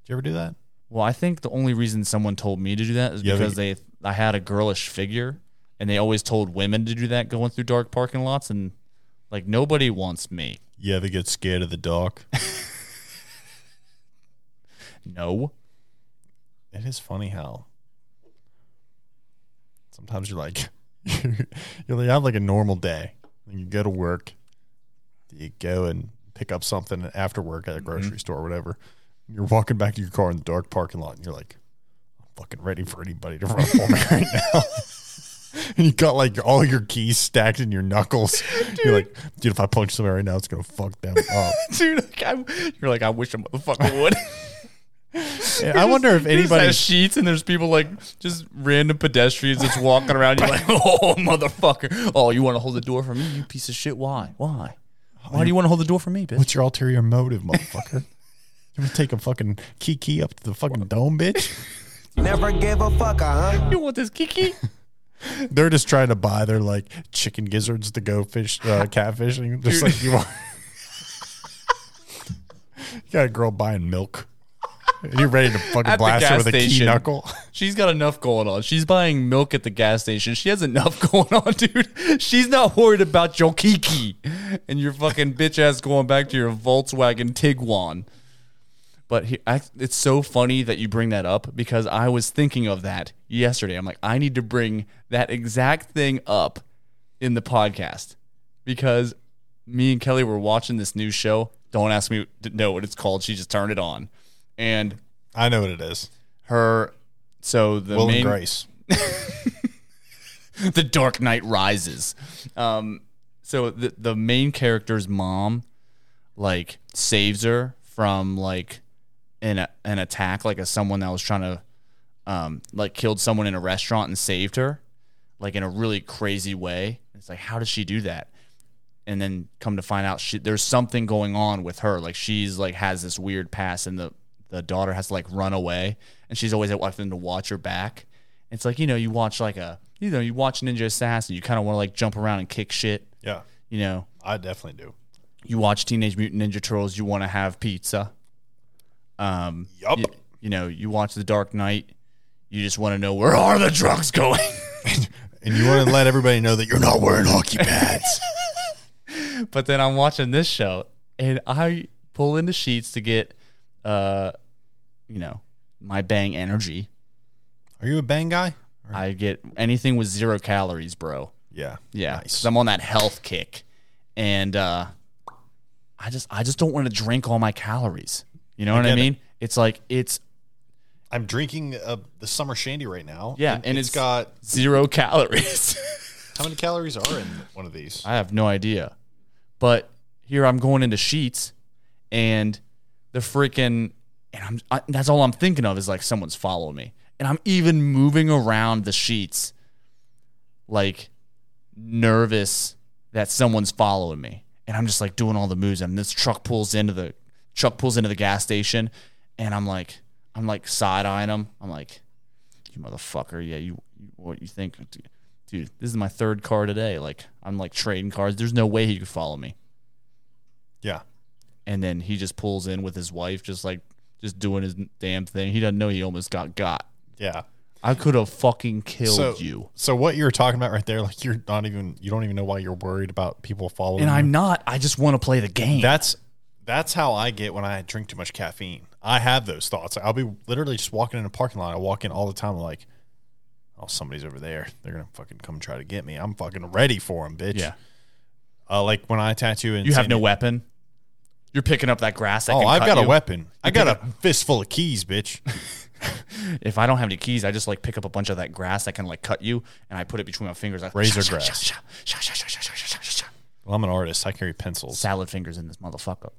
C: Did you ever do that?
B: Well, I think the only reason someone told me to do that is
C: Yeah,
B: because they I had a girlish figure, and they always told women to do that going through dark parking lots, and like nobody wants me.
C: You ever get scared of the dark? (laughs)
B: No.
C: (laughs) it is funny how sometimes you're like (laughs) you're like have like a normal day, and you go to work, you go and pick up something after work at a grocery store or whatever. You're walking back to your car in the dark parking lot, and you're like, I'm fucking ready for anybody to run up on me (laughs) right now. And you got like all your keys stacked in your knuckles. You're like, dude, if I punch somebody right now, it's gonna fuck them up.
B: dude. Like I, you're like, I wish a motherfucker would.
C: I
B: (laughs)
C: wonder if anybody.
B: has sheets and there's people like just random pedestrians that's walking around. You're like, (laughs) oh motherfucker! Oh, you want to hold the door for me? You piece of shit! Why? Why? Why do you want to hold the door for me, bitch?
C: What's your ulterior motive, motherfucker? (laughs) You want to take a fucking key key up to the fucking dome, bitch? (laughs)
E: Never give a fuck, uh huh.
B: You want this kiki?
C: They're just trying to buy their like chicken gizzards to go fish,
B: (laughs)
C: uh, catfishing, just like you are. (laughs) you got a girl buying milk, and you're ready to fucking
B: At the
C: blast her
B: gas
C: with a key
B: station.
C: knuckle. (laughs)
B: She's got enough going on. She's buying milk at the gas station. She has enough (laughs) going on, dude. She's not worried about your kiki and your
C: (laughs)
B: fucking bitch ass going back to your Volkswagen Tiguan. But he, I, it's so funny that you bring that up because I was thinking of that yesterday. I'm like, I need to bring that exact thing up in the podcast because me and Kelly were watching this new show. Don't ask me to know what it's called. She just turned it on, and
C: I know what it is.
B: her so the
C: Will
B: main
C: and Grace.
B: (laughs) the Dark Knight Rises. Um, so the the main character's mom, like, saves her from like an an attack, like a someone that was trying to, um, like killed someone in a restaurant and saved her, like in a really crazy way. It's like, how does she do that? And then come to find out, she, there's something going on with her. Like she's like has this weird past, and the the daughter has to like run away, and she's always wanting to watch her back. It's like you know you watch like a you know you watch Ninja Assassin, you kind of want to like jump around and kick shit.
C: Yeah,
B: You know
C: I definitely do.
B: you watch Teenage Mutant Ninja Turtles, you want to have pizza. Um,
C: Yup.
B: you, you know you watch The Dark Knight, you just want to know where are the drugs going. (laughs)
C: And you want to let everybody know that you're not wearing
B: (laughs)
C: hockey pads.
B: but then I'm watching this show and I pull into sheets to get uh you know my bang energy.
C: Are you a bang guy?
B: I get anything with zero calories, bro.
C: Yeah.
B: Yeah.
C: Nice.
B: 'cause I'm on that health kick. And uh I just I just don't want to drink all my calories. You know what I
C: get it.
B: mean? It's like it's
C: I'm drinking uh, the summer shandy right now.
B: Yeah, and
C: it's
B: it's-
C: got
B: zero calories. (laughs)
C: how many calories are in one of these?
B: I have no idea. But here I'm going into sheets and the freaking and I'm I, that's all I'm thinking of is like someone's following me. And I'm even moving around the sheets like nervous that someone's following me. And I'm just like doing all the moves and this truck pulls into the truck pulls into the gas station and I'm like I'm like side eyeing him. I'm like you motherfucker. Yeah, you, you what you think, dude? This is my third car today. Like I'm like trading cars. There's no way he could follow me.
C: Yeah.
B: And then he just pulls in with his wife, just like just doing his damn thing. He doesn't know he almost got got.
C: Yeah.
B: I could have fucking killed
C: So
B: you.
C: So what you were talking about right there, like you're not even you don't even know why you're worried about people following.
B: And
C: you.
B: I'm not. I just want to play the game.
C: that's that's how I get when I drink too much caffeine. I have those thoughts. I'll be literally just walking in a parking lot. I walk in all the time. I'm like, oh, somebody's over there. They're gonna fucking come try to get me. I'm fucking ready for them, bitch.
B: Yeah.
C: Uh, like when I tattoo in
B: you have
C: San
B: no
C: Diego-
B: weapon. You're picking up that grass. That
C: Oh,
B: can
C: I've
B: cut
C: got a
B: you.
C: weapon. I got a fistful of keys, bitch.
B: If I don't have any keys, I just like pick up a bunch of that grass that can like cut you, and I put it between my fingers. Like
C: Razor
B: sha,
C: grass.
B: sha, sha, sha, sha, sha, sha, sha, sha, sha.
C: Well, I'm an artist. I carry pencils.
B: Salad fingers in this motherfucker.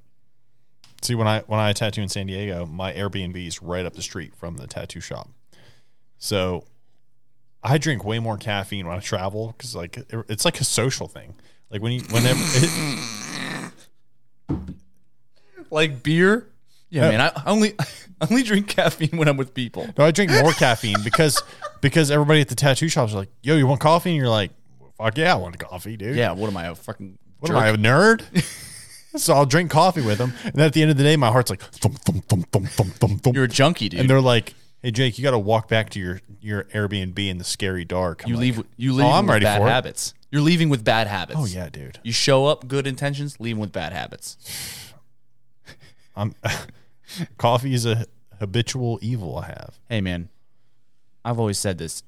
C: See, when I when I tattoo in San Diego, my Airbnb is right up the street from the tattoo shop. So, I drink way more caffeine when I travel because like it- it's like a social thing. Like when you whenever it,
B: like beer. Yeah, man. I I only I only drink caffeine when I'm with people.
C: no, I drink more caffeine because because everybody at the tattoo shops are like, "Yo, you want coffee?" And you're like, "Fuck yeah, I want coffee, dude."
B: Yeah, what am I a fucking?
C: What am I, a nerd? (laughs) so I'll drink coffee with them, and then at the end of the day, my heart's like thump thump thump thump thump thump thump.
B: You're a junkie, dude.
C: and they're like, "Hey, Jake, you got to walk back to your your Airbnb in the scary dark." I'm
B: you
C: like,
B: leave. You leave.
C: "Oh, I'm
B: with
C: ready
B: bad
C: for it."
B: habits. You're leaving with bad habits.
C: Oh yeah, dude.
B: You show up good intentions, leave with bad habits.
C: I'm (laughs) coffee is a habitual evil I have.
B: Hey, man. I've always said this.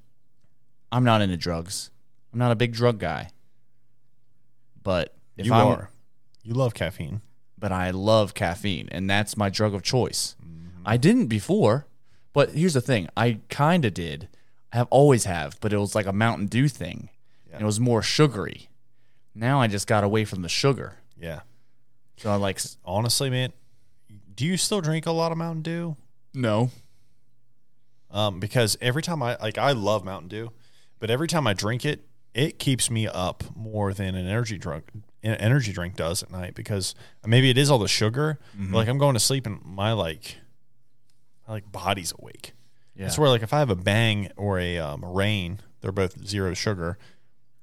B: I'm not into drugs. I'm not a big drug guy. But if
C: you
B: I'm,
C: are. You love caffeine.
B: but I love caffeine, and that's my drug of choice. I didn't before, but here's the thing: I kind of did. I have always have, but it was like a Mountain Dew thing. And it was more sugary. Now I just got away from the sugar,
C: Yeah.
B: so I like s-
C: Honestly, man, do you still drink a lot of Mountain Dew?
B: no.
C: um, because every time I like I love Mountain Dew, but every time I drink it, it keeps me up more than an energy drink an energy drink does at night because maybe it is all the sugar. but, like I'm going to sleep and my like my like body's awake.
B: Yeah.
C: That's where like if I have a bang or a um, rain, they're both zero sugar.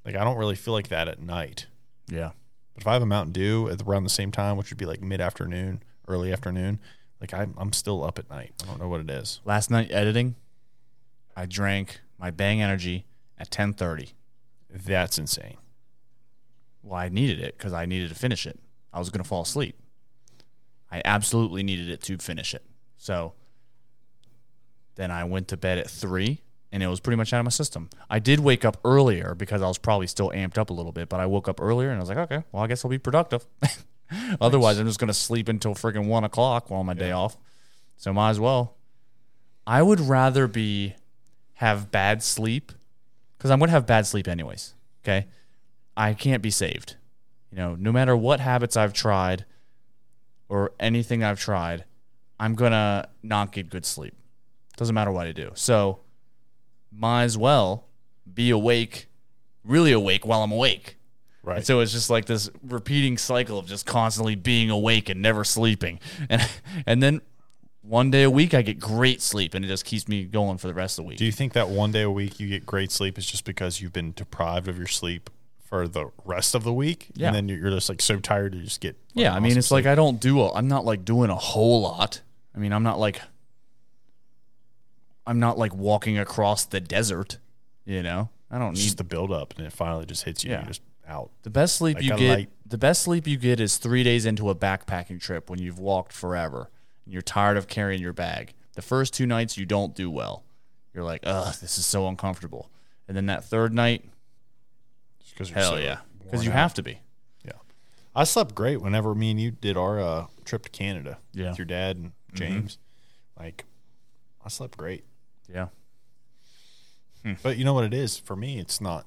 C: Like I don't really feel like that at night.
B: Yeah.
C: But if I have a Mountain Dew at around the same time, which would be like mid afternoon, early afternoon, like I'm, I'm still up at night. I don't know what it is.
B: Last night editing, I drank my Bang Energy at 10:30.
C: That's insane.
B: Well, I needed it because I needed to finish it. I was going to fall asleep. I absolutely needed it to finish it. So then I went to bed at three and it was pretty much out of my system. I did wake up earlier because I was probably still amped up a little bit, but I woke up earlier and I was like, okay, well, I guess I'll be productive. (laughs) Otherwise, I'm just going to sleep until freaking one o'clock while on my day off. So might as well. I would rather be have bad sleep because I'm going to have bad sleep anyways. Okay. I can't be saved. You know, no matter what habits I've tried or anything I've tried, I'm going to not get good sleep. Doesn't matter what I do. So, might as well be awake, really awake while I'm awake.
C: Right.
B: And so it's just like this repeating cycle of just constantly being awake and never sleeping. And and then one day a week I get great sleep and it just keeps me going for the rest of the week.
C: Do you think that one day a week you get great sleep is just because you've been deprived of your sleep for the rest of the week?
B: Yeah.
C: And then you're- you're just like so tired you just get.
B: Yeah, I mean,
C: awesome
B: it's like
C: sleep?
B: I don't do. A, I'm not like doing a whole lot. I mean, I'm not like. I'm not like walking across the desert. You know, I don't
C: It's
B: need
C: just the buildup and it finally just hits you.
B: Yeah.
C: You're just out.
B: the best sleep
C: like
B: you
C: a
B: get.
C: light-
B: The best sleep you get is three days into a backpacking trip when you've walked forever and you're tired of carrying your bag. The first two nights you don't do well. You're like, ugh, this is so uncomfortable. And then that third night,
C: Just 'cause you're
B: hell
C: so
B: yeah, because
C: worn
B: you
C: out.
B: have to be.
C: Yeah. I slept great whenever me and you did our uh, trip to Canada
B: Yeah. Mm-hmm.
C: with your dad and James. Like, I slept great.
B: Yeah,
C: But you know what it is? For me, it's not.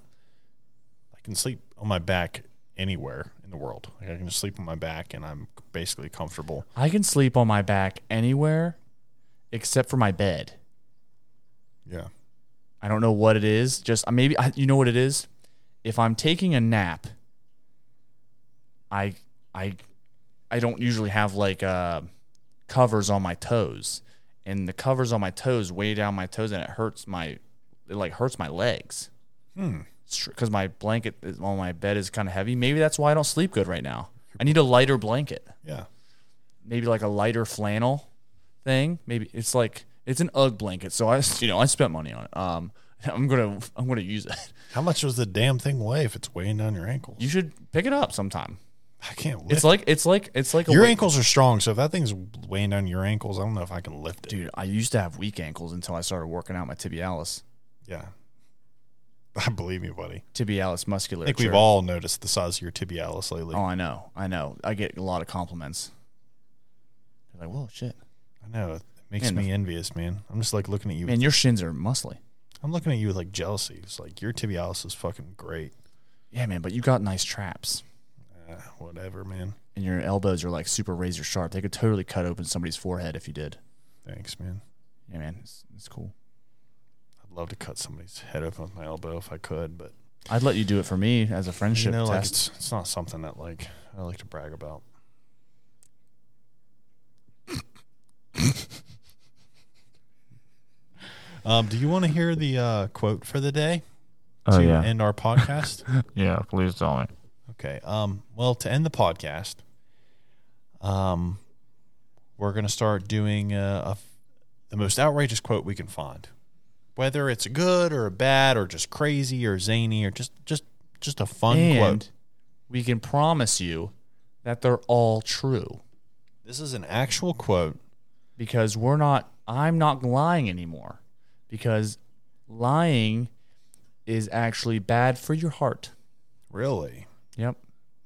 C: I can sleep on my back anywhere in the world. Like, I can just sleep on my back and I'm basically comfortable.
B: I can sleep on my back anywhere, except for my bed.
C: Yeah.
B: I don't know what it is. Just uh, maybe I, you know what it is. If I'm taking a nap, I I I don't usually have like uh, covers on my toes, and the covers on my toes weigh down my toes, and it hurts my it like hurts my legs. Hmm. Because my blanket is, on my bed is kind of heavy. Maybe that's why I don't sleep good right now. I need a lighter blanket
C: Yeah.
B: maybe like a lighter flannel thing. Maybe it's like it's an UGG blanket, so I you know I spent money on it. Um, (laughs) I'm gonna I'm gonna use it. (laughs)
C: How much does the damn thing weigh if it's weighing down your ankles?
B: You should pick it up sometime.
C: I can't lift.
B: It's like it's like it's like a
C: your
B: weight-
C: ankles are strong, so if that thing's weighing down your ankles, I don't know if I can lift it.
B: dude. I used to have weak ankles until I started working out my tibialis
C: Yeah. (laughs) I believe me, buddy.
B: tibialis
C: I
B: musculature.
C: think we've all noticed the size of your tibialis lately.
B: Oh, I know, I know. I get a lot of compliments. They're like, "Whoa, shit,
C: I know. It makes
B: Man,
C: me envious, man. I'm just like looking at you.
B: man, your shins are muscly."
C: I'm looking at you with like jealousy. It's like your tibialis is fucking great.
B: Yeah, man, but you got nice traps,
C: Uh, whatever, man.
B: and your elbows are like super razor sharp. They could totally cut open somebody's forehead if you did.
C: Thanks, man.
B: Yeah, man, it's, it's cool.
C: I'd love to cut somebody's head open with my elbow if I could, but
B: I'd let you do it for me as a
C: you
B: friendship
C: know, like
B: test.
C: it's, it's not something that like I like to brag about. (laughs) um, do you want to hear the uh, quote for the day to end our podcast?
D: Yeah, please tell me.
C: Okay. Um. Well, to end the podcast, um, we're gonna start doing uh, a, f- the most outrageous quote we can find, whether it's good or bad or just crazy or zany or just just just a fun
B: and
C: quote.
B: we can promise you that they're all true
C: This is an actual quote.
B: because we're not. I'm not lying anymore because lying is actually bad for your heart.
C: Really?
B: Yep.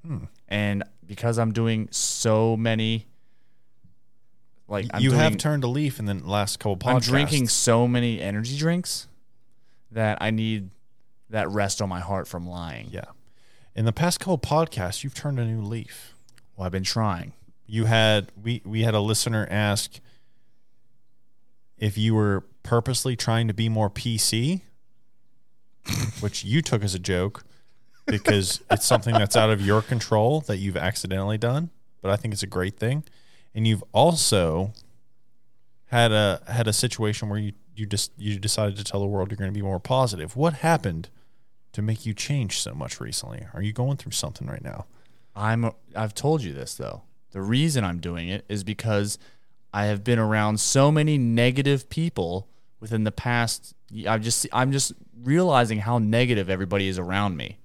C: Hmm.
B: And because I'm doing so many, like I'm
C: you
B: doing,
C: have turned a leaf in the last couple podcasts.
B: I'm drinking so many energy drinks that I need that rest on my heart from lying.
C: Yeah. In the past couple podcasts, you've turned a new leaf.
B: Well, I've been trying.
C: you had we we had a listener ask if you were purposely trying to be more PC, (laughs) which you took as a joke because it's something that's out of your control that you've accidentally done, but I think it's a great thing. And you've also had a had a situation where you you just you decided to tell the world you're going to be more positive. What happened to make you change so much recently? Are you going through something right now?
B: I'm I've told you this though. The reason I'm doing it is because I have been around so many negative people within the past I've just I'm just realizing how negative everybody is around me.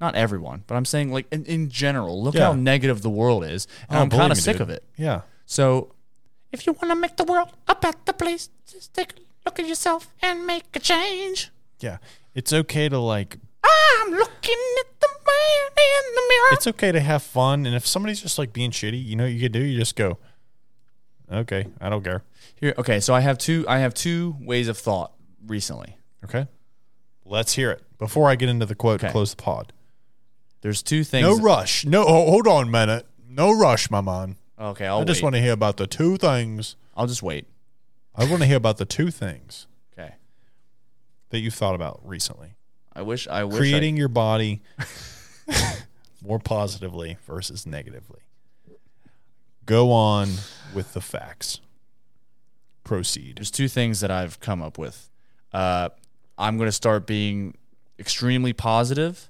B: Not everyone, but I'm saying like in, in general, look
C: Yeah.
B: how negative the world is. And
C: Oh,
B: I'm
C: believe
B: kind
C: me,
B: of sick
C: dude.
B: of it.
C: Yeah.
B: So
F: If you want to make the world a better place, just take a look at yourself and make a change.
C: Yeah. It's okay to like
F: I'm looking at the man in the mirror.
C: it's okay to have fun. And if somebody's just like being shitty, you know what you could do? You just go, okay, I don't care.
B: here okay, so I have two I have two ways of thought recently.
C: Okay. Let's hear it. Before I get into the quote,
B: Okay.
C: close the pod.
B: There's two things
C: No rush. No, oh, hold on a minute. No rush, my man.
B: Okay, I'll
C: I just
B: wait.
C: want to hear about the two things.
B: I'll just wait.
C: I want to hear about the two things
B: Okay.
C: that you've thought about recently
B: I wish I wish I-
C: creating your
B: (laughs)
C: body more positively versus negatively. Go on with the facts. Proceed.
B: there's two things that I've come up with. Uh, I'm going to start being extremely positive,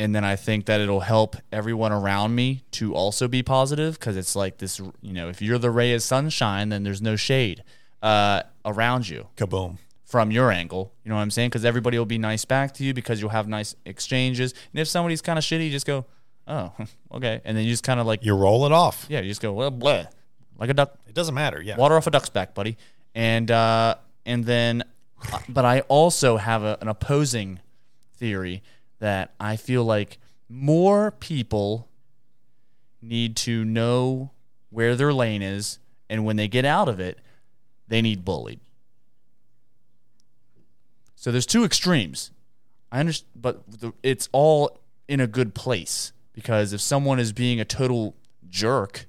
B: and then I think that it'll help everyone around me to also be positive because it's like this. You know, if you're the ray of sunshine, then there's no shade uh, around you
C: Kaboom.
B: from your angle. You know what I'm saying? Because everybody will be nice back to you because you'll have nice exchanges. And if somebody's kind of shitty, you just go, "Oh, (laughs) okay," and then you just kind of like,
C: You roll it off.
B: yeah, you just go, "Well, bleh," like a duck
C: It doesn't matter. Yeah.
B: water off a duck's back, buddy. And uh, and then, uh, but I also have a, an opposing theory that I feel like more people need to know where their lane is, and when they get out of it, they need bullied. So there's two extremes. I understand, but the, it's all in a good place because if someone is being a total jerk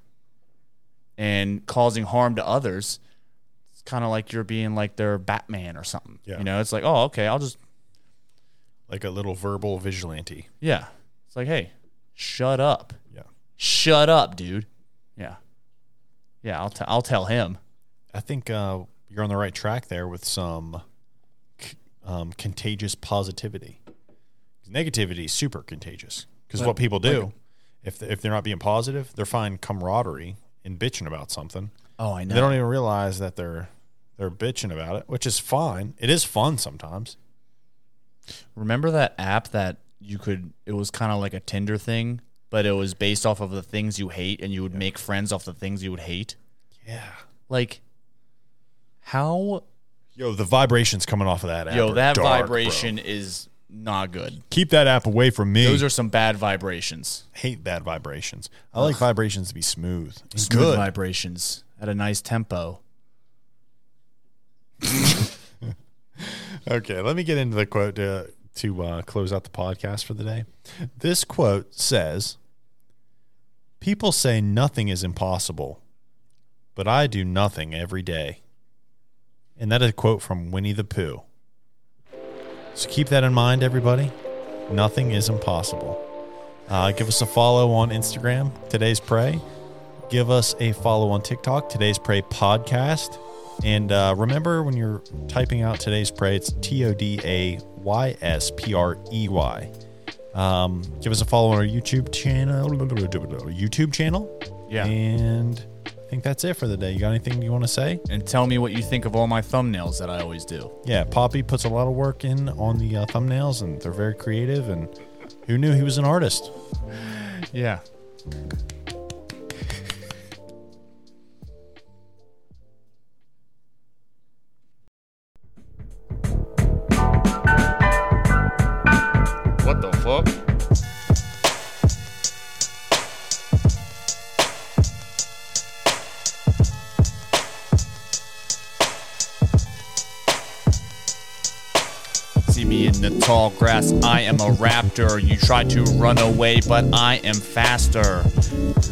B: and causing harm to others, it's kind of like you're being like their Batman or something.
C: Yeah.
B: You know, it's like, oh, okay, I'll just
C: Like a little verbal vigilante.
B: yeah. It's like, hey, shut up,
C: Yeah.
B: shut up, dude. Yeah, yeah. I'll t- I'll tell him.
C: I think uh, you're on the right track there with some c- um, contagious positivity. Negativity is super contagious because what people do, if, they, if they're not being positive, they're finding camaraderie in bitching about something.
B: Oh, I know.
C: They don't even realize that they're they're bitching about it, which is fine. It is fun sometimes.
B: Remember that app that you could? It was kind of like a Tinder thing, but it was based off of the things you hate, and you would make friends off the things you would hate.
C: Yeah.
B: Like, how?
C: Yo, the vibrations coming off of that app.
B: Yo,
C: are
B: that
C: dark, bro.
B: vibration is not good.
C: Keep that app away from me.
B: Those are some bad vibrations.
C: hate bad vibrations. I like vibrations to be smooth. and
B: Smooth
C: good.
B: vibrations at a nice tempo.
C: Okay, let me get into the quote to to uh, close out the podcast for the day. This quote says, "People say nothing is impossible, but I do nothing every day." And that is a quote from Winnie the Pooh. So keep that in mind, everybody. Nothing is impossible. Uh, give us a follow on Instagram. Today's pray. Give us a follow on TikTok. Today's pray podcast. And uh, remember when you're typing out today's pray, it's T O D A Y S P R E Y. Um, give us a follow on our YouTube channel. YouTube channel.
B: Yeah.
C: And I think that's it for the day. You got anything you want to say?
B: and tell me what you think of all my thumbnails that I always do.
C: Yeah, Poppy puts a lot of work in on the uh, thumbnails, and they're very creative. And who knew he was an artist?
B: Yeah.
D: What the fuck?
B: See me in the tall grass. I am a raptor. You try to run away, but I am faster.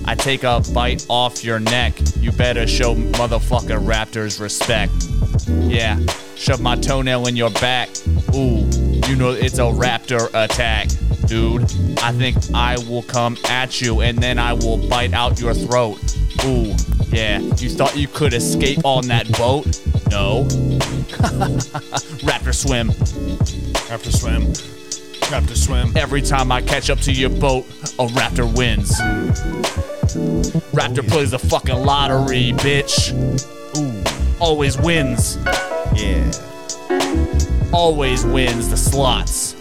B: I take a bite off your neck. You better show motherfucking raptors respect. Yeah, shove my toenail in your back. Ooh, you know it's a raptor attack, dude. I think I will come at you and then I will bite out your throat. Ooh, yeah, you thought you could escape on that boat? No. (laughs) raptor swim.
C: Raptor swim. Raptor swim.
B: Every time I catch up to your boat, a raptor wins. Raptor plays the fucking lottery, bitch. Ooh, always wins.
C: Yeah.
B: Always wins the slots.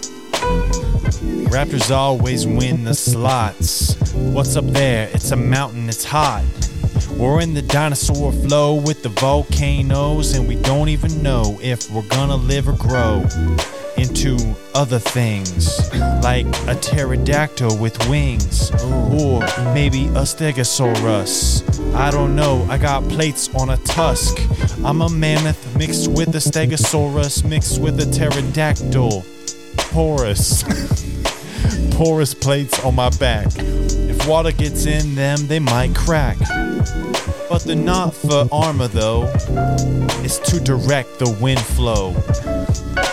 C: Raptors always win the slots. What's up there? It's a mountain, it's hot. We're in the dinosaur flow with the volcanoes, and we don't even know if we're gonna live or grow into other things like a pterodactyl with wings or maybe a stegosaurus. I don't know, I got plates on a tusk. I'm a mammoth mixed with a stegosaurus mixed with a pterodactyl. Porous. porous plates on my back. If water gets in them, they might crack. But they're not for armor though, it's to direct the wind flow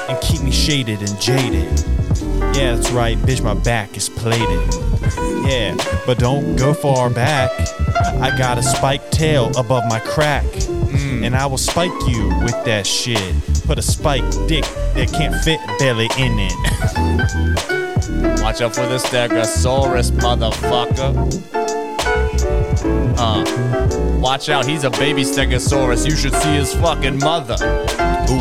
C: and keep me shaded and jaded. Yeah, that's right, bitch, my back is plated. Yeah, but don't go far back. I got a spiked tail above my crack. And I will spike you with that shit. Put a spiked dick that can't fit belly in it.
B: Watch out for the Stegosaurus, motherfucker. Uh, watch out, he's a baby Stegosaurus. You should see his fucking mother.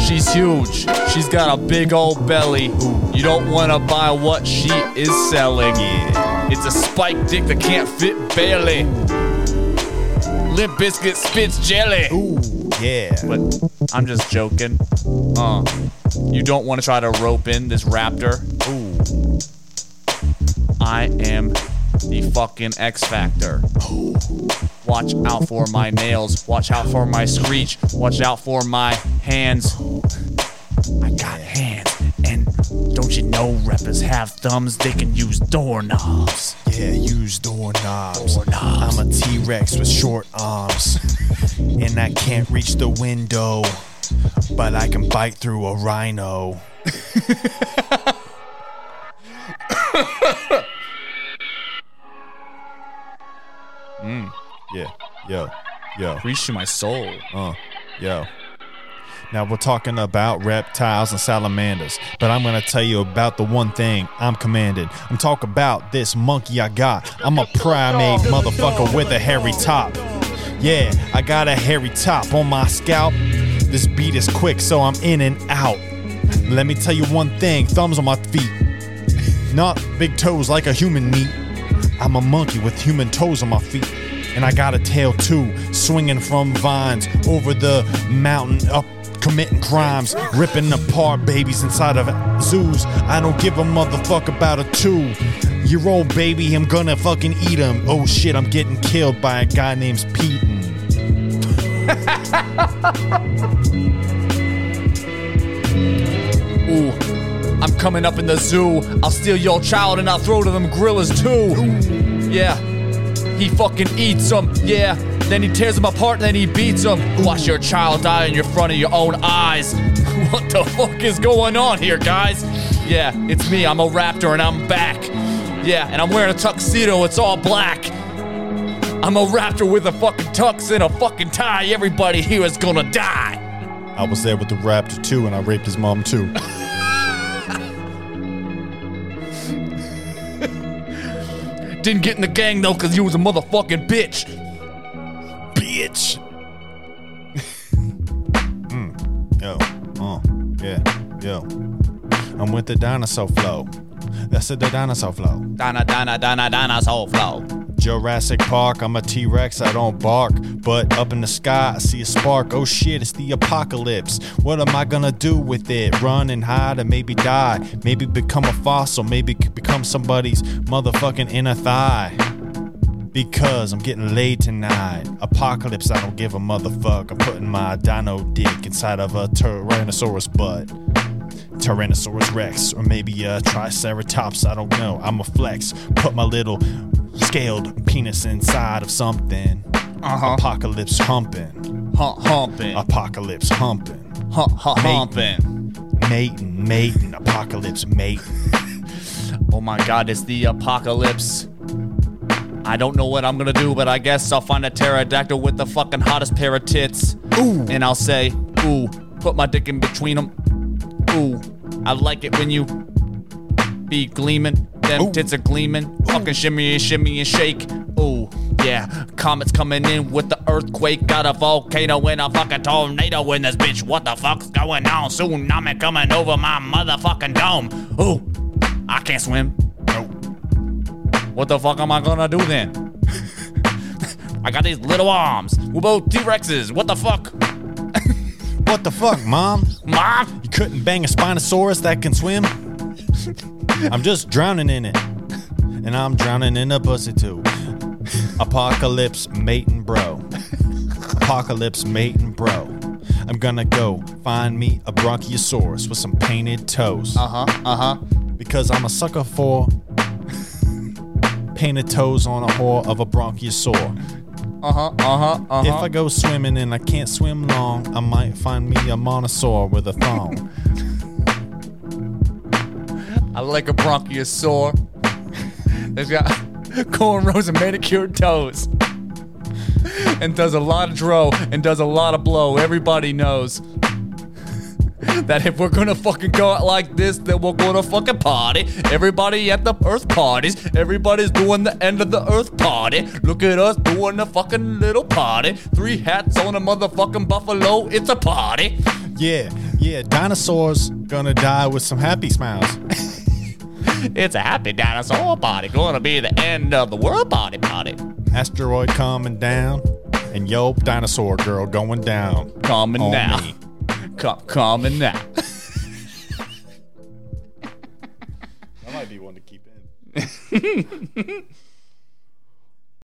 B: She's huge. She's got a big old belly. You don't want to buy what she is selling. It's a spiked dick that can't fit barely. Limp Biscuit spits jelly.
C: Ooh, yeah.
B: But I'm just joking. Uh, you don't want to try to rope in this raptor.
C: Ooh.
B: I am the fucking X Factor. Watch out for my nails. Watch out for my screech. Watch out for my hands. I got hands. And don't you know rappers have thumbs? They can use doorknobs.
C: Yeah, use doorknobs. I'm a T Rex with short arms. (laughs) and I can't reach the window, but I can bite through
B: (laughs)
C: a rhino. Mm, Yeah, yo, yo,
B: Reach to my soul.
C: uh, yo. Now we're talking about reptiles and salamanders, but I'm gonna tell you about the one thing I'm commanded. I'm talking about this monkey I got. I'm a primate motherfucker with a hairy top. Yeah, I got a hairy top on my scalp. This beat is quick, so I'm in and out. Let me tell you one thing: thumbs on my feet, not big toes like a human meat. I'm a monkey with human toes on my feet. And I got a tail too, swinging from vines over the mountain up. Committing crimes, ripping apart babies inside of zoos. I don't give a motherfuck about a two year old baby. I'm gonna fucking eat him. Oh shit, I'm getting killed by a guy named Pete.
B: Ooh. I'm coming up in the zoo. I'll steal your child and I'll throw to them gorillas too. Yeah. He fucking eats them. Yeah. Then he tears them apart and then he beats them. Watch your child die in your front of your own eyes. (laughs) what the fuck is going on here, guys? Yeah, it's me. I'm a raptor and I'm back. Yeah, and I'm wearing a tuxedo. It's all black. I'm a raptor with a fucking tux and a fucking tie. Everybody here is gonna die.
C: I was there with the raptor too, and I raped his mom too.
B: Didn't get in the gang though, cause you was a motherfucking bitch.
C: Bitch. Yo, uh, yeah, yo. I'm with the dinosaur flow. That's it, the dinosaur flow.
B: Donna, Donna, Donna, Donna's whole flow.
C: Jurassic Park, I'm a T Rex, I don't bark. But up in the sky, I see a spark. Oh shit, it's the apocalypse. What am I gonna do with it? Run and hide and maybe die. Maybe become a fossil. Maybe c- become somebody's motherfucking inner thigh. Because I'm getting laid tonight. Apocalypse, I don't give a motherfuck. I'm putting my dino dick inside of a Tyrannosaurus butt. Tyrannosaurus Rex, or maybe a Triceratops, I don't know. I'm a flex. Put my little scaled penis inside of something.
B: Uh huh.
C: Uh-huh. Apocalypse humping.
B: Hump, humping.
C: Uh, Apocalypse humping.
F: Hum, hum, humping.
C: Mating, mating, apocalypse, mating.
F: Oh my god, it's the apocalypse. I don't know what I'm gonna do, but I guess I'll find a pterodactyl with the fucking hottest pair of tits. Ooh. And I'll say, ooh, put my dick in between them. Ooh, I like it when you be gleaming. Them tits are gleaming. Fucking shimmy and shimmy and shake. Ooh, yeah. Comets coming in with the earthquake. Got a volcano and a fucking tornado in this bitch. What the fuck's going on? Tsunami coming over my motherfucking dome. Ooh, I can't swim. Nope. What the fuck am I gonna do then? I got these little arms. We're both T Rexes. What the fuck?
C: What the fuck, mom?
F: Mom?
C: You couldn't bang a spinosaurus that can swim? (laughs) I'm just drowning in it. And I'm drowning in a pussy too. Apocalypse mating bro. Apocalypse mating bro. I'm gonna go find me a bronchiosaurus with some painted toes. Uh huh, uh huh. Because I'm a sucker for painted toes on a whore of a bronchiosaur.
F: Uh huh, uh huh, uh
C: If
F: huh.
C: I go swimming and I can't swim long, I might find me a monosaur with a thong.
F: I like a (laughs) bronchiosaur. There's got (laughs) cornrows and manicured toes. And does a lot of dro and does a lot of blow. Everybody knows (laughs) that if we're gonna fucking go out like this, then we're gonna fucking party. Everybody at the Earth parties. Everybody's doing the end of the Earth party. Look at us doing the fucking little party. Three hats on a motherfucking buffalo. It's a party.
C: Yeah, yeah, dinosaurs gonna die with some happy smiles.
F: It's a happy dinosaur party. Gonna be the end of the world party party.
C: Asteroid coming down, and yo, dinosaur girl going down.
F: Coming
C: on
F: now.
C: me.
F: Com- coming now.
C: That might be one to keep in.